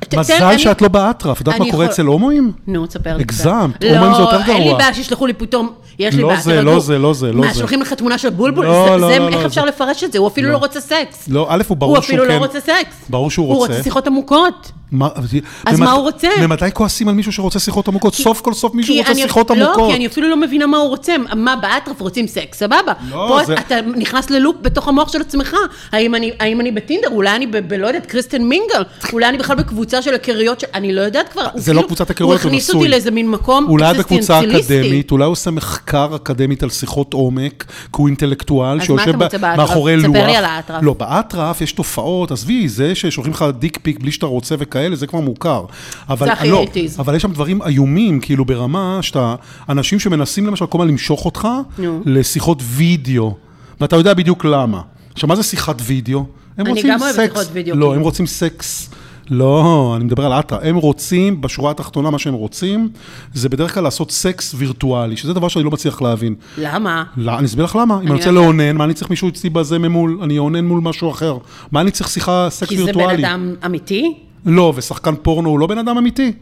Speaker 2: ת- תן-
Speaker 1: מזל
Speaker 2: כן, אני-
Speaker 1: שאת לא באטרף, את יודעת מה
Speaker 2: אני
Speaker 1: קורה
Speaker 2: יכול-
Speaker 1: אצל הומואים?
Speaker 2: נו, תספר לי.
Speaker 1: הגזמת,
Speaker 2: קצת.
Speaker 1: אומנים זה יותר
Speaker 2: לא, אין לי
Speaker 1: גרוע.
Speaker 2: בעיה שישלחו לי פתאום, יש לי
Speaker 1: לא
Speaker 2: בעיה.
Speaker 1: זה,
Speaker 2: תירגעו.
Speaker 1: לא זה, לא זה, לא
Speaker 2: מה,
Speaker 1: זה.
Speaker 2: שולחים לך תמונה של בולבול?
Speaker 1: לא,
Speaker 2: זה-
Speaker 1: לא,
Speaker 2: זה-
Speaker 1: לא, לא,
Speaker 2: איך אפשר
Speaker 1: זה-
Speaker 2: לפרש את זה? הוא אפילו
Speaker 1: לא.
Speaker 2: לא רוצה סקס.
Speaker 1: לא, א', הוא ברור שהוא
Speaker 2: הוא אפילו
Speaker 1: כן-
Speaker 2: לא רוצה סקס.
Speaker 1: ברור שהוא רוצה.
Speaker 2: הוא רוצה שיחות עמוקות.
Speaker 1: מה-
Speaker 2: אז
Speaker 1: ממת-
Speaker 2: מה הוא רוצה?
Speaker 1: ממתי כועסים על מישהו שרוצה שיחות עמוקות? סוף כל סוף מישהו
Speaker 2: כי
Speaker 1: רוצה
Speaker 2: אני-
Speaker 1: שיחות
Speaker 2: לא,
Speaker 1: עמוקות.
Speaker 2: כי אני אפילו לא מבינה מה הוא רוצה. מה, באטרף רוצים סקס, סבבה.
Speaker 1: לא,
Speaker 2: פה
Speaker 1: זה-
Speaker 2: אתה נכנס ללופ בתוך המוח של עצמך. האם אני- האם אני בטינדר? אולי אני ב- בלא יודעת, קריסטן מינגל? אולי אני בכלל בקבוצה של הכרויות של... אני לא יודעת כבר. הוא
Speaker 1: זה
Speaker 2: כאילו-
Speaker 1: לא קבוצת הכרויות, הוא
Speaker 2: הוא הכניס
Speaker 1: נשוי.
Speaker 2: אותי לאיזה מין מקום
Speaker 1: אולי בקבוצה
Speaker 2: אקזיסטנציאליסטי.
Speaker 1: אקדמית, אולי הוא עושה מחקר אקדמית על שיחות עומק, כי הוא אינטלקטואל
Speaker 2: אז מה
Speaker 1: שיושב
Speaker 2: אתה
Speaker 1: ב-
Speaker 2: מוצא באטרף?
Speaker 1: מאחורי
Speaker 2: ספר
Speaker 1: לוח.
Speaker 2: לי על האטרף.
Speaker 1: לא, באטרף יש תופעות, עזבי, זה ששולחים לך דיק פיק בלי שאתה רוצה וכאלה, זה כבר מוכר. אבל
Speaker 2: זה הכי
Speaker 1: לא,
Speaker 2: 80s.
Speaker 1: אבל יש שם דברים איומים, כאילו ברמה שאתה, אנשים שמנסים למשל כל הזמן למשוך אותך
Speaker 2: נו.
Speaker 1: לשיחות וידאו, ואתה יודע בדיוק למה. עכשיו, מה זה שיחת וידאו? הם
Speaker 2: אני
Speaker 1: רוצים
Speaker 2: גם אוהבת
Speaker 1: סקס.
Speaker 2: שיחות וידאו,
Speaker 1: לא,
Speaker 2: כאילו.
Speaker 1: הם רוצים סקס. לא, אני מדבר על אטרה. הם רוצים, בשורה התחתונה, מה שהם רוצים, זה בדרך כלל לעשות סקס וירטואלי, שזה דבר שאני לא מצליח להבין.
Speaker 2: למה?
Speaker 1: לא, אני אסביר לך למה. אם אני
Speaker 2: אני
Speaker 1: רוצה
Speaker 2: יודעת.
Speaker 1: לאונן, מה אני צריך מישהו אצלי בזה ממול? אני אאונן מול משהו אחר. מה אני צריך שיחה סקס
Speaker 2: כי זה בן
Speaker 1: וירטואלי?
Speaker 2: אדם אמיתי?
Speaker 1: לא, ושחקן פורנו הוא לא בן אדם אמיתי.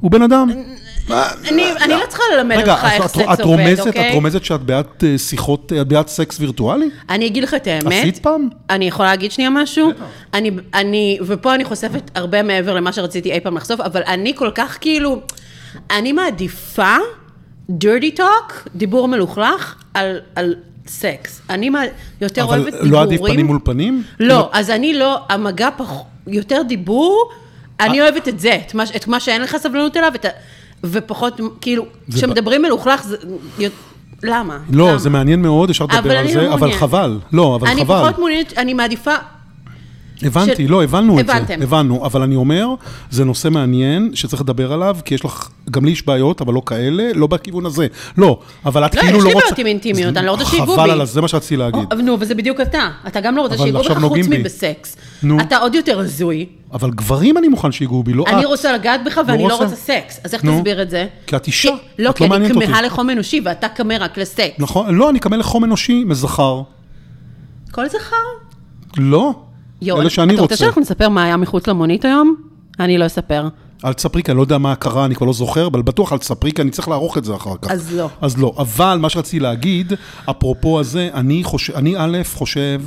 Speaker 1: הוא בן אדם.
Speaker 2: אני אני לא צריכה ללמד
Speaker 1: רגע,
Speaker 2: אותך איך
Speaker 1: את-
Speaker 2: זה
Speaker 1: את
Speaker 2: צובד,
Speaker 1: רומזת, את
Speaker 2: אוקיי?
Speaker 1: רומזת שאת בעד אה, שיחות, אה, בעד סקס וירטואלי?
Speaker 2: אני אגיד לך את האמת.
Speaker 1: עשית פעם?
Speaker 2: אני יכולה להגיד שנייה משהו? אני, אני, ופה אני חושפת הרבה מעבר למה שרציתי אי פעם לחשוף, אבל אני כל כך כאילו, אני מעדיפה dirty talk, דיבור מלוכלך, על, על סקס. אני מע- יותר
Speaker 1: אבל
Speaker 2: אוהבת דיבורים.
Speaker 1: לא עדיף פנים מול פנים?
Speaker 2: לא, אז אני לא, המגע פח, יותר דיבור, אני
Speaker 1: אה.
Speaker 2: אוהבת את זה, את מה, ש- את מה שאין לך סבלנות אליו, את ה, ופחות, כאילו,
Speaker 1: זה
Speaker 2: כשמדברים מלוכלך, זה, למה?
Speaker 1: לא,
Speaker 2: למה?
Speaker 1: זה מעניין מאוד, אפשר לדבר על
Speaker 2: אני
Speaker 1: זה,
Speaker 2: לא
Speaker 1: אבל
Speaker 2: מעוניינת.
Speaker 1: חבל. לא, אבל
Speaker 2: אני
Speaker 1: חבל.
Speaker 2: פחות מעוניינת, אני מעדיפה,
Speaker 1: הבנתי,
Speaker 2: של-
Speaker 1: לא, הבנו את זה.
Speaker 2: הבנתם.
Speaker 1: הבנו, אבל אני אומר, זה נושא מעניין שצריך לדבר עליו, כי יש לך, גם לי יש בעיות, אבל לא כאלה, לא בכיוון הזה. לא, אבל את
Speaker 2: לא,
Speaker 1: כאילו לא
Speaker 2: יש
Speaker 1: רוצה...
Speaker 2: לי בעיות עם אינטימיות, אני לא רוצה שיגעו
Speaker 1: חבל
Speaker 2: בי.
Speaker 1: על הזה, זה מה שרציתי להגיד.
Speaker 2: אבל אה, נו, אבל זה בדיוק אתה. אתה גם לא רוצה
Speaker 1: אבל
Speaker 2: שיגעו
Speaker 1: עכשיו
Speaker 2: בך חוץ
Speaker 1: נוגעים בי.
Speaker 2: מבסקס.
Speaker 1: נו. אה.
Speaker 2: אתה עוד יותר הזוי.
Speaker 1: אבל גברים אני מוכן שיגעו בי, לא את.
Speaker 2: אני רוצה לגעת בך ואני לא
Speaker 1: רוצה.
Speaker 2: רוצה סקס. אז איך
Speaker 1: נו.
Speaker 2: תסביר את זה?
Speaker 1: כי את אישה, את
Speaker 2: לא,
Speaker 1: לא
Speaker 2: כי אני
Speaker 1: מעניינת אותי.
Speaker 2: כמהה לחום אנושי ואתה כמה רק לסקס.
Speaker 1: נכון? לא, אני קמה לחום אנושי מזכר.
Speaker 2: כל זכר?
Speaker 1: לא.
Speaker 2: יואו,
Speaker 1: אלה שאני
Speaker 2: אתה רוצה
Speaker 1: רוצה.
Speaker 2: שאנחנו נספר מה היה מחוץ למונית היום? אני לא אספר.
Speaker 1: אל תספרי, כי אני לא יודע מה קרה, אני כבר לא זוכר, אבל בטוח אל תספרי, כי אני צריך לערוך את זה אחר כך.
Speaker 2: אז לא.
Speaker 1: אז לא. אבל מה שרציתי להגיד, אפרופו הזה, אני, חוש... אני א', חושב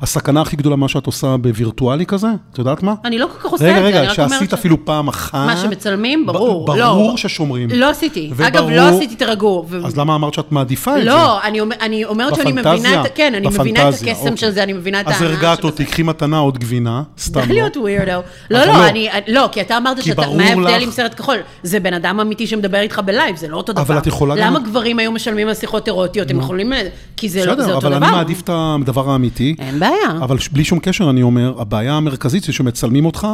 Speaker 1: שהסכנה הכי גדולה, מה שאת עושה בווירטואלי כזה, את יודעת מה?
Speaker 2: אני לא כל כך
Speaker 1: רגע,
Speaker 2: עושה את זה, אני רק
Speaker 1: רגע,
Speaker 2: אומרת...
Speaker 1: שעשית
Speaker 2: ש-
Speaker 1: אפילו פעם אחת.
Speaker 2: מה שמצלמים,
Speaker 1: ב-
Speaker 2: ברור. לא.
Speaker 1: ברור ששומרים.
Speaker 2: לא עשיתי. אגב,
Speaker 1: וברור-
Speaker 2: לא עשיתי, תירגעו. ו-
Speaker 1: אז למה אמרת שאת מעדיפה את זה?
Speaker 2: לא, אני אומר- אני אומרת שאני מבינה
Speaker 1: בפנטזיה?
Speaker 2: את... כן, אני מבינה את
Speaker 1: בפנטזיה,
Speaker 2: הקסם של
Speaker 1: אוקיי.
Speaker 2: זה, אני מבינה את
Speaker 1: אז
Speaker 2: ההנאה
Speaker 1: הרגעת
Speaker 2: שבזה.
Speaker 1: אותי, קחי מתנה עוד גבינה, סתם
Speaker 2: די
Speaker 1: לא.
Speaker 2: להיות ווירדו. לא,
Speaker 1: אבל
Speaker 2: לא,
Speaker 1: לא.
Speaker 2: אני, אני- לא, כי אתה אמרת שאתה,
Speaker 1: ברור
Speaker 2: מה ההבדל
Speaker 1: לך-
Speaker 2: עם סרט כחול? זה בן אדם אמיתי שמדבר איתך בלייב, זה לא אותו דבר.
Speaker 1: אבל את יכולה גם-
Speaker 2: למה גברים היו משלמים על שיחות אירוטיות? הם יכולים... ל- כי זה לא- זה
Speaker 1: בסדר,
Speaker 2: אותו
Speaker 1: אבל
Speaker 2: דבר. כן.
Speaker 1: אני מעדיף את הדבר האמיתי.
Speaker 2: אין בעיה.
Speaker 1: אבל ש- בלי שום קשר, אני אומר, הבעיה המרכזית זה שמצלמים אותך,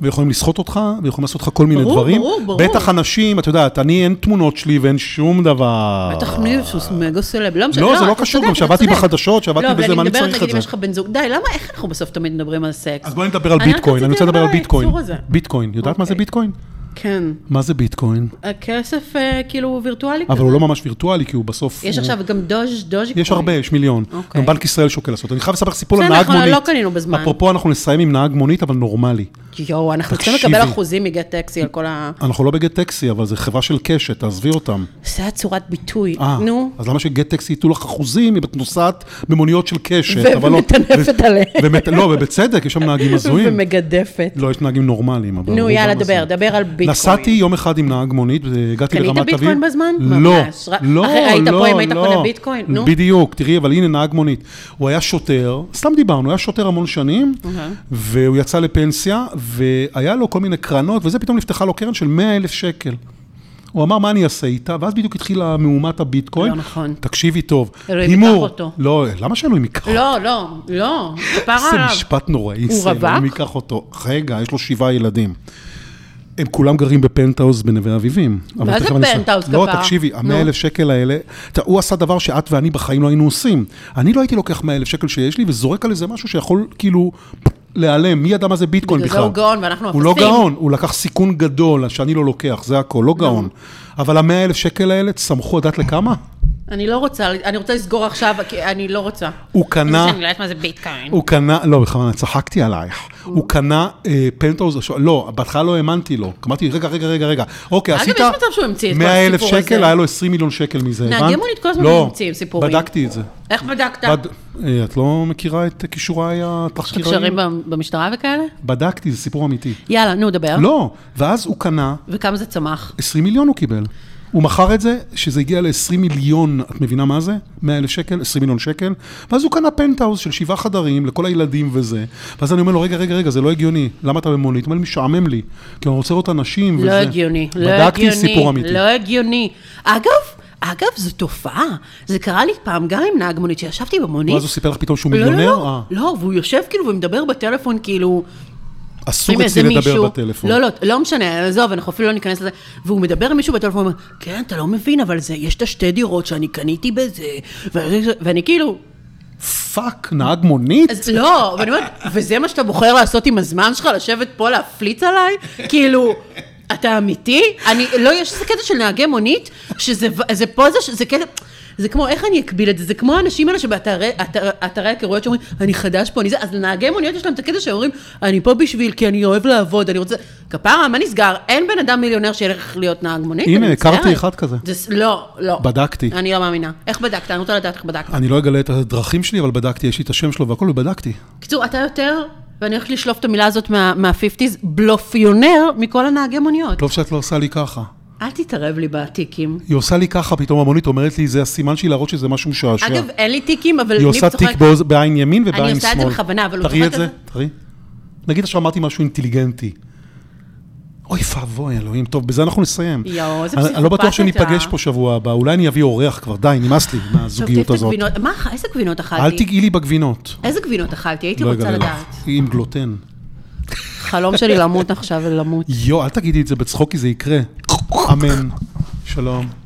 Speaker 1: ויכולים לסחוט אותך, ויכולים לעשות לך כל מיני
Speaker 2: ברור,
Speaker 1: דברים.
Speaker 2: ברור, ברור.
Speaker 1: בטח אנשים, את יודעת, אני אין תמונות שלי ואין שום דבר.
Speaker 2: בטח ניב שהוא מגה סלב, לא משנה,
Speaker 1: לא, זה לא
Speaker 2: אתה
Speaker 1: קשור,
Speaker 2: צודק,
Speaker 1: גם
Speaker 2: אתה
Speaker 1: שעבדתי
Speaker 2: צודק.
Speaker 1: בחדשות, שעבדתי
Speaker 2: לא,
Speaker 1: בזה, מה אני
Speaker 2: אבל אני
Speaker 1: צריך
Speaker 2: מדברת, נגיד,
Speaker 1: את
Speaker 2: אם
Speaker 1: זה?
Speaker 2: יש לך בן זוג, די, למה, איך אנחנו בסוף תמיד מדברים על סקס?
Speaker 1: אז בואי נדבר על
Speaker 2: אני רק
Speaker 1: ביטקוין, אני
Speaker 2: רציתי
Speaker 1: רוצה לדבר על
Speaker 2: לדבר על
Speaker 1: ביטקוין.
Speaker 2: היצור הזה.
Speaker 1: ביטקוין, יודעת מה זה
Speaker 2: אוקיי.
Speaker 1: ביטקוין?
Speaker 2: כן.
Speaker 1: מה זה ביטקוין?
Speaker 2: הכסף אה, כאילו וירטואלי
Speaker 1: אבל
Speaker 2: כזה.
Speaker 1: הוא לא ממש וירטואלי, כי הוא בסוף...
Speaker 2: יש
Speaker 1: הוא-
Speaker 2: עכשיו גם דוז' דוז'י
Speaker 1: יש הרבה, יש מיליון.
Speaker 2: אוקיי.
Speaker 1: גם בנק ישראל שוקל לעשות. אני חייב לספר לך סיפור על
Speaker 2: בסדר,
Speaker 1: נהג
Speaker 2: אנחנו
Speaker 1: מונית.
Speaker 2: לא קנינו בזמן.
Speaker 1: אפרופו, אנחנו נסיים עם נהג מונית, אבל נורמלי.
Speaker 2: יואו, אנחנו צריכים
Speaker 1: תקשיבי.
Speaker 2: לקבל אחוזים מגט טקסי על כל ה...
Speaker 1: אנחנו לא בגט טקסי, אבל זו חברה של קשת, תעזבי אותם.
Speaker 2: זה היה צורת ביטוי.
Speaker 1: אה,
Speaker 2: נו.
Speaker 1: אז למה שגט טקסי ייתנו לך אחוזים אם את נוסעת במוניות של קשת? אבל לא-
Speaker 2: ומטנפת
Speaker 1: ו-
Speaker 2: עליהם.
Speaker 1: ומת- לא, ובצדק, יש שם נהגים הזויים.
Speaker 2: ומגדפת.
Speaker 1: לא, יש נהגים נורמליים, אבל...
Speaker 2: נו,
Speaker 1: רובם
Speaker 2: יאללה,
Speaker 1: הזויים.
Speaker 2: דבר, דבר על ביטקוין.
Speaker 1: לא, נסעתי יום אחד עם נהג מונית, אה, הגעתי
Speaker 2: קנית
Speaker 1: לרמת אביב.
Speaker 2: ביטקוין בזמן?
Speaker 1: לא,
Speaker 2: ממש. ר-
Speaker 1: לא,
Speaker 2: אחרי- היית פה,
Speaker 1: לא,
Speaker 2: אם היית
Speaker 1: לא.
Speaker 2: קונה ביטקוין, נו.
Speaker 1: בדיוק, תראי, אבל הנה נהג מונית. הוא היה שוטר, סתם דיברנו, היה שוטר המון שנים,
Speaker 2: אוקיי.
Speaker 1: והוא יצא לפנסיה, והיה לו כל מיני קרנות, וזה פתאום נפתחה לו קרן של 100 אלף שקל. הוא אמר, מה אני אעשה איתה? ואז בדיוק התחילה מהומת הביטקוין.
Speaker 2: לא נכון.
Speaker 1: תקשיבי טוב.
Speaker 2: אלוהים
Speaker 1: הימור.
Speaker 2: ייקח אותו.
Speaker 1: לא, למה שאלוהים ייקח אותו?
Speaker 2: לא, לא, לא, כפרה
Speaker 1: איזה
Speaker 2: עליו.
Speaker 1: משפט נוראי.
Speaker 2: הוא
Speaker 1: זה,
Speaker 2: רווק?
Speaker 1: אלוהים ייקח אותו. רגע, יש לו שבעה ילדים. הם כולם גרים בפנטהאוז בנווה אביבים. אבל
Speaker 2: מה זה
Speaker 1: תכף אני אספר.
Speaker 2: פנטהאוז,
Speaker 1: לא,
Speaker 2: כפרה?
Speaker 1: תקשיבי,
Speaker 2: נו.
Speaker 1: המאה אלף שקל האלה, ת- הוא עשה דבר שאת ואני בחיים לא היינו עושים. אני לא הייתי לוקח מאה אלף שקל שיש לי וזורק על איזה משהו שיכול כאילו להיעלם. מי ידע מה זה ביטקוין
Speaker 2: בגלל
Speaker 1: בכלל?
Speaker 2: זה הוא גאון ואנחנו
Speaker 1: הוא לא
Speaker 2: אפסים.
Speaker 1: גאון, הוא לקח סיכון גדול שאני לא לוקח, זה הכל, לא גאון. אבל המאה אלף שקל האלה צמחו, את יודעת לכמה?
Speaker 2: אני לא רוצה, אני רוצה לסגור עכשיו, כי אני לא רוצה.
Speaker 1: הוא קנה...
Speaker 2: אני לא יודעת מה זה ביטקוין.
Speaker 1: הוא קנה, לא, בכוונה, צחקתי עלייך.
Speaker 2: Mm.
Speaker 1: הוא קנה אה, פנטהאוז, עכשיו- לא, בהתחלה לא האמנתי לו. אמרתי, רגע, רגע, רגע, רגע. אוקיי,
Speaker 2: אגב,
Speaker 1: עשית...
Speaker 2: יש מצב שהוא המציא את כל
Speaker 1: 100 אלף
Speaker 2: הסיפור
Speaker 1: שקל,
Speaker 2: הזה.
Speaker 1: היה לו 20 מיליון שקל מזה, הבנת?
Speaker 2: נהגי מונית כל הזמן ממציאים סיפורים.
Speaker 1: לא, בדקתי את זה.
Speaker 2: איך בדקת?
Speaker 1: בד- אה, את לא מכירה את כישוריי
Speaker 2: יש לך
Speaker 1: התחקיריים?
Speaker 2: קשרים ב- במשטרה וכאלה?
Speaker 1: בדקתי, זה סיפור אמיתי.
Speaker 2: יאללה, נו, דבר.
Speaker 1: לא, ואז הוא קנה,
Speaker 2: וכמה זה צמח?
Speaker 1: 20 מיליון הוא קיבל. הוא מכר את זה, שזה הגיע ל-20 מיליון, את מבינה מה זה? 100 אלף שקל, 20 מיליון שקל, ואז הוא קנה פנטהאוז של שבעה חדרים לכל הילדים וזה, ואז אני אומר לו, רגע, רגע, רגע, זה לא הגיוני, למה אתה במונית? הוא אומר לי, משעמם לי, כי אני רוצה לראות אנשים וזה.
Speaker 2: לא הגיוני, לא
Speaker 1: בדקתי סיפור
Speaker 2: הגיוני,
Speaker 1: אמיתי.
Speaker 2: לא הגיוני. אגב, אגב, זו תופעה. זה קרה לי פעם גם עם נהג מונית, שישבתי במונית.
Speaker 1: ואז הוא סיפר לך פתאום שהוא
Speaker 2: לא, לא,
Speaker 1: מיליונר?
Speaker 2: לא,
Speaker 1: אה,
Speaker 2: לא, והוא יושב כאילו ומדבר בטלפון כאילו... עם
Speaker 1: אסור
Speaker 2: איזה
Speaker 1: אצלי לדבר
Speaker 2: מישהו-
Speaker 1: בטלפון.
Speaker 2: לא, לא, לא משנה, עזוב, אנחנו אפילו לא ניכנס לזה. והוא מדבר עם מישהו בטלפון, הוא אומר, כן, אתה לא מבין, אבל זה, יש את השתי דירות שאני קניתי בזה, ו- ואני כאילו,
Speaker 1: פאק, נהג מונית?
Speaker 2: אז לא, ואני אומרת, וזה מה שאתה בוחר לעשות עם הזמן שלך, לשבת פה להפליץ עליי? כאילו, אתה אמיתי? אני, לא, יש איזה קטע של נהגי מונית, שזה זה פוזה, ש- זה קטע... זה כמו, איך אני אקביל את זה? זה כמו האנשים האלה שבאתרי אתר- אתרי הכרויות שאומרים, אני חדש פה, אני זה, אז לנהגי מוניות יש להם את הקטע שאומרים, אני פה בשביל, כי אני אוהב לעבוד, אני רוצה... כפרה, מה נסגר? אין בן אדם מיליונר שילך להיות נהג מונית?
Speaker 1: הנה,
Speaker 2: אני מצטערת.
Speaker 1: הכרתי אחד כזה.
Speaker 2: זה ס- לא, לא.
Speaker 1: בדקתי.
Speaker 2: אני לא מאמינה. איך בדקת? אני רוצה לדעת איך בדקת.
Speaker 1: אני לא אגלה את הדרכים שלי, אבל בדקתי, יש לי את השם שלו והכל, ובדקתי.
Speaker 2: בקיצור, אתה יותר, ואני הולכת לשלוף את המילה הזאת מה- מהפיפטיז, בלופיונר מכל הנהגי מוניות.
Speaker 1: טוב שאת לא עושה לי ככה.
Speaker 2: אל תתערב לי בתיקים.
Speaker 1: היא עושה לי ככה, פתאום המונית אומרת לי, זה הסימן שלי להראות שזה משהו משעשע.
Speaker 2: אגב, אין לי תיקים, אבל
Speaker 1: היא
Speaker 2: ניב
Speaker 1: עושה
Speaker 2: צוחק.
Speaker 1: תיק באוז- בעין ימין ובעין שמאל.
Speaker 2: אני עושה את זה בכוונה, אבל הוא
Speaker 1: תראי את
Speaker 2: צוחק על
Speaker 1: זה, תראי. נגיד עכשיו אמרתי משהו אינטליגנטי. אוי ואבוי, אלוהים. טוב, בזה אנחנו נסיים.
Speaker 2: יואו, איזה
Speaker 1: אני- אני לא
Speaker 2: פסיכופת
Speaker 1: בטוח שניפגש
Speaker 2: אתה.
Speaker 1: פה שבוע הבא, אולי אני אביא אורח כבר, די, נמאס לי
Speaker 2: עכשיו, תהיה
Speaker 1: מהזוגיות
Speaker 2: את
Speaker 1: הזאת.
Speaker 2: הגבינות- מה, אכ- איזה גבינות אכלתי?
Speaker 1: אל תגעי לי בגבינות.
Speaker 2: איזה גבינות אכלתי? הייתי
Speaker 1: לא
Speaker 2: רוצה
Speaker 1: אגלה לך.
Speaker 2: לדעת.
Speaker 1: היא עם גלוטן.
Speaker 2: חלום שלי למות עכשיו ולמות.
Speaker 1: יואו, אל תגידי את זה בצחוק, כי זה יקרה. אמן. שלום.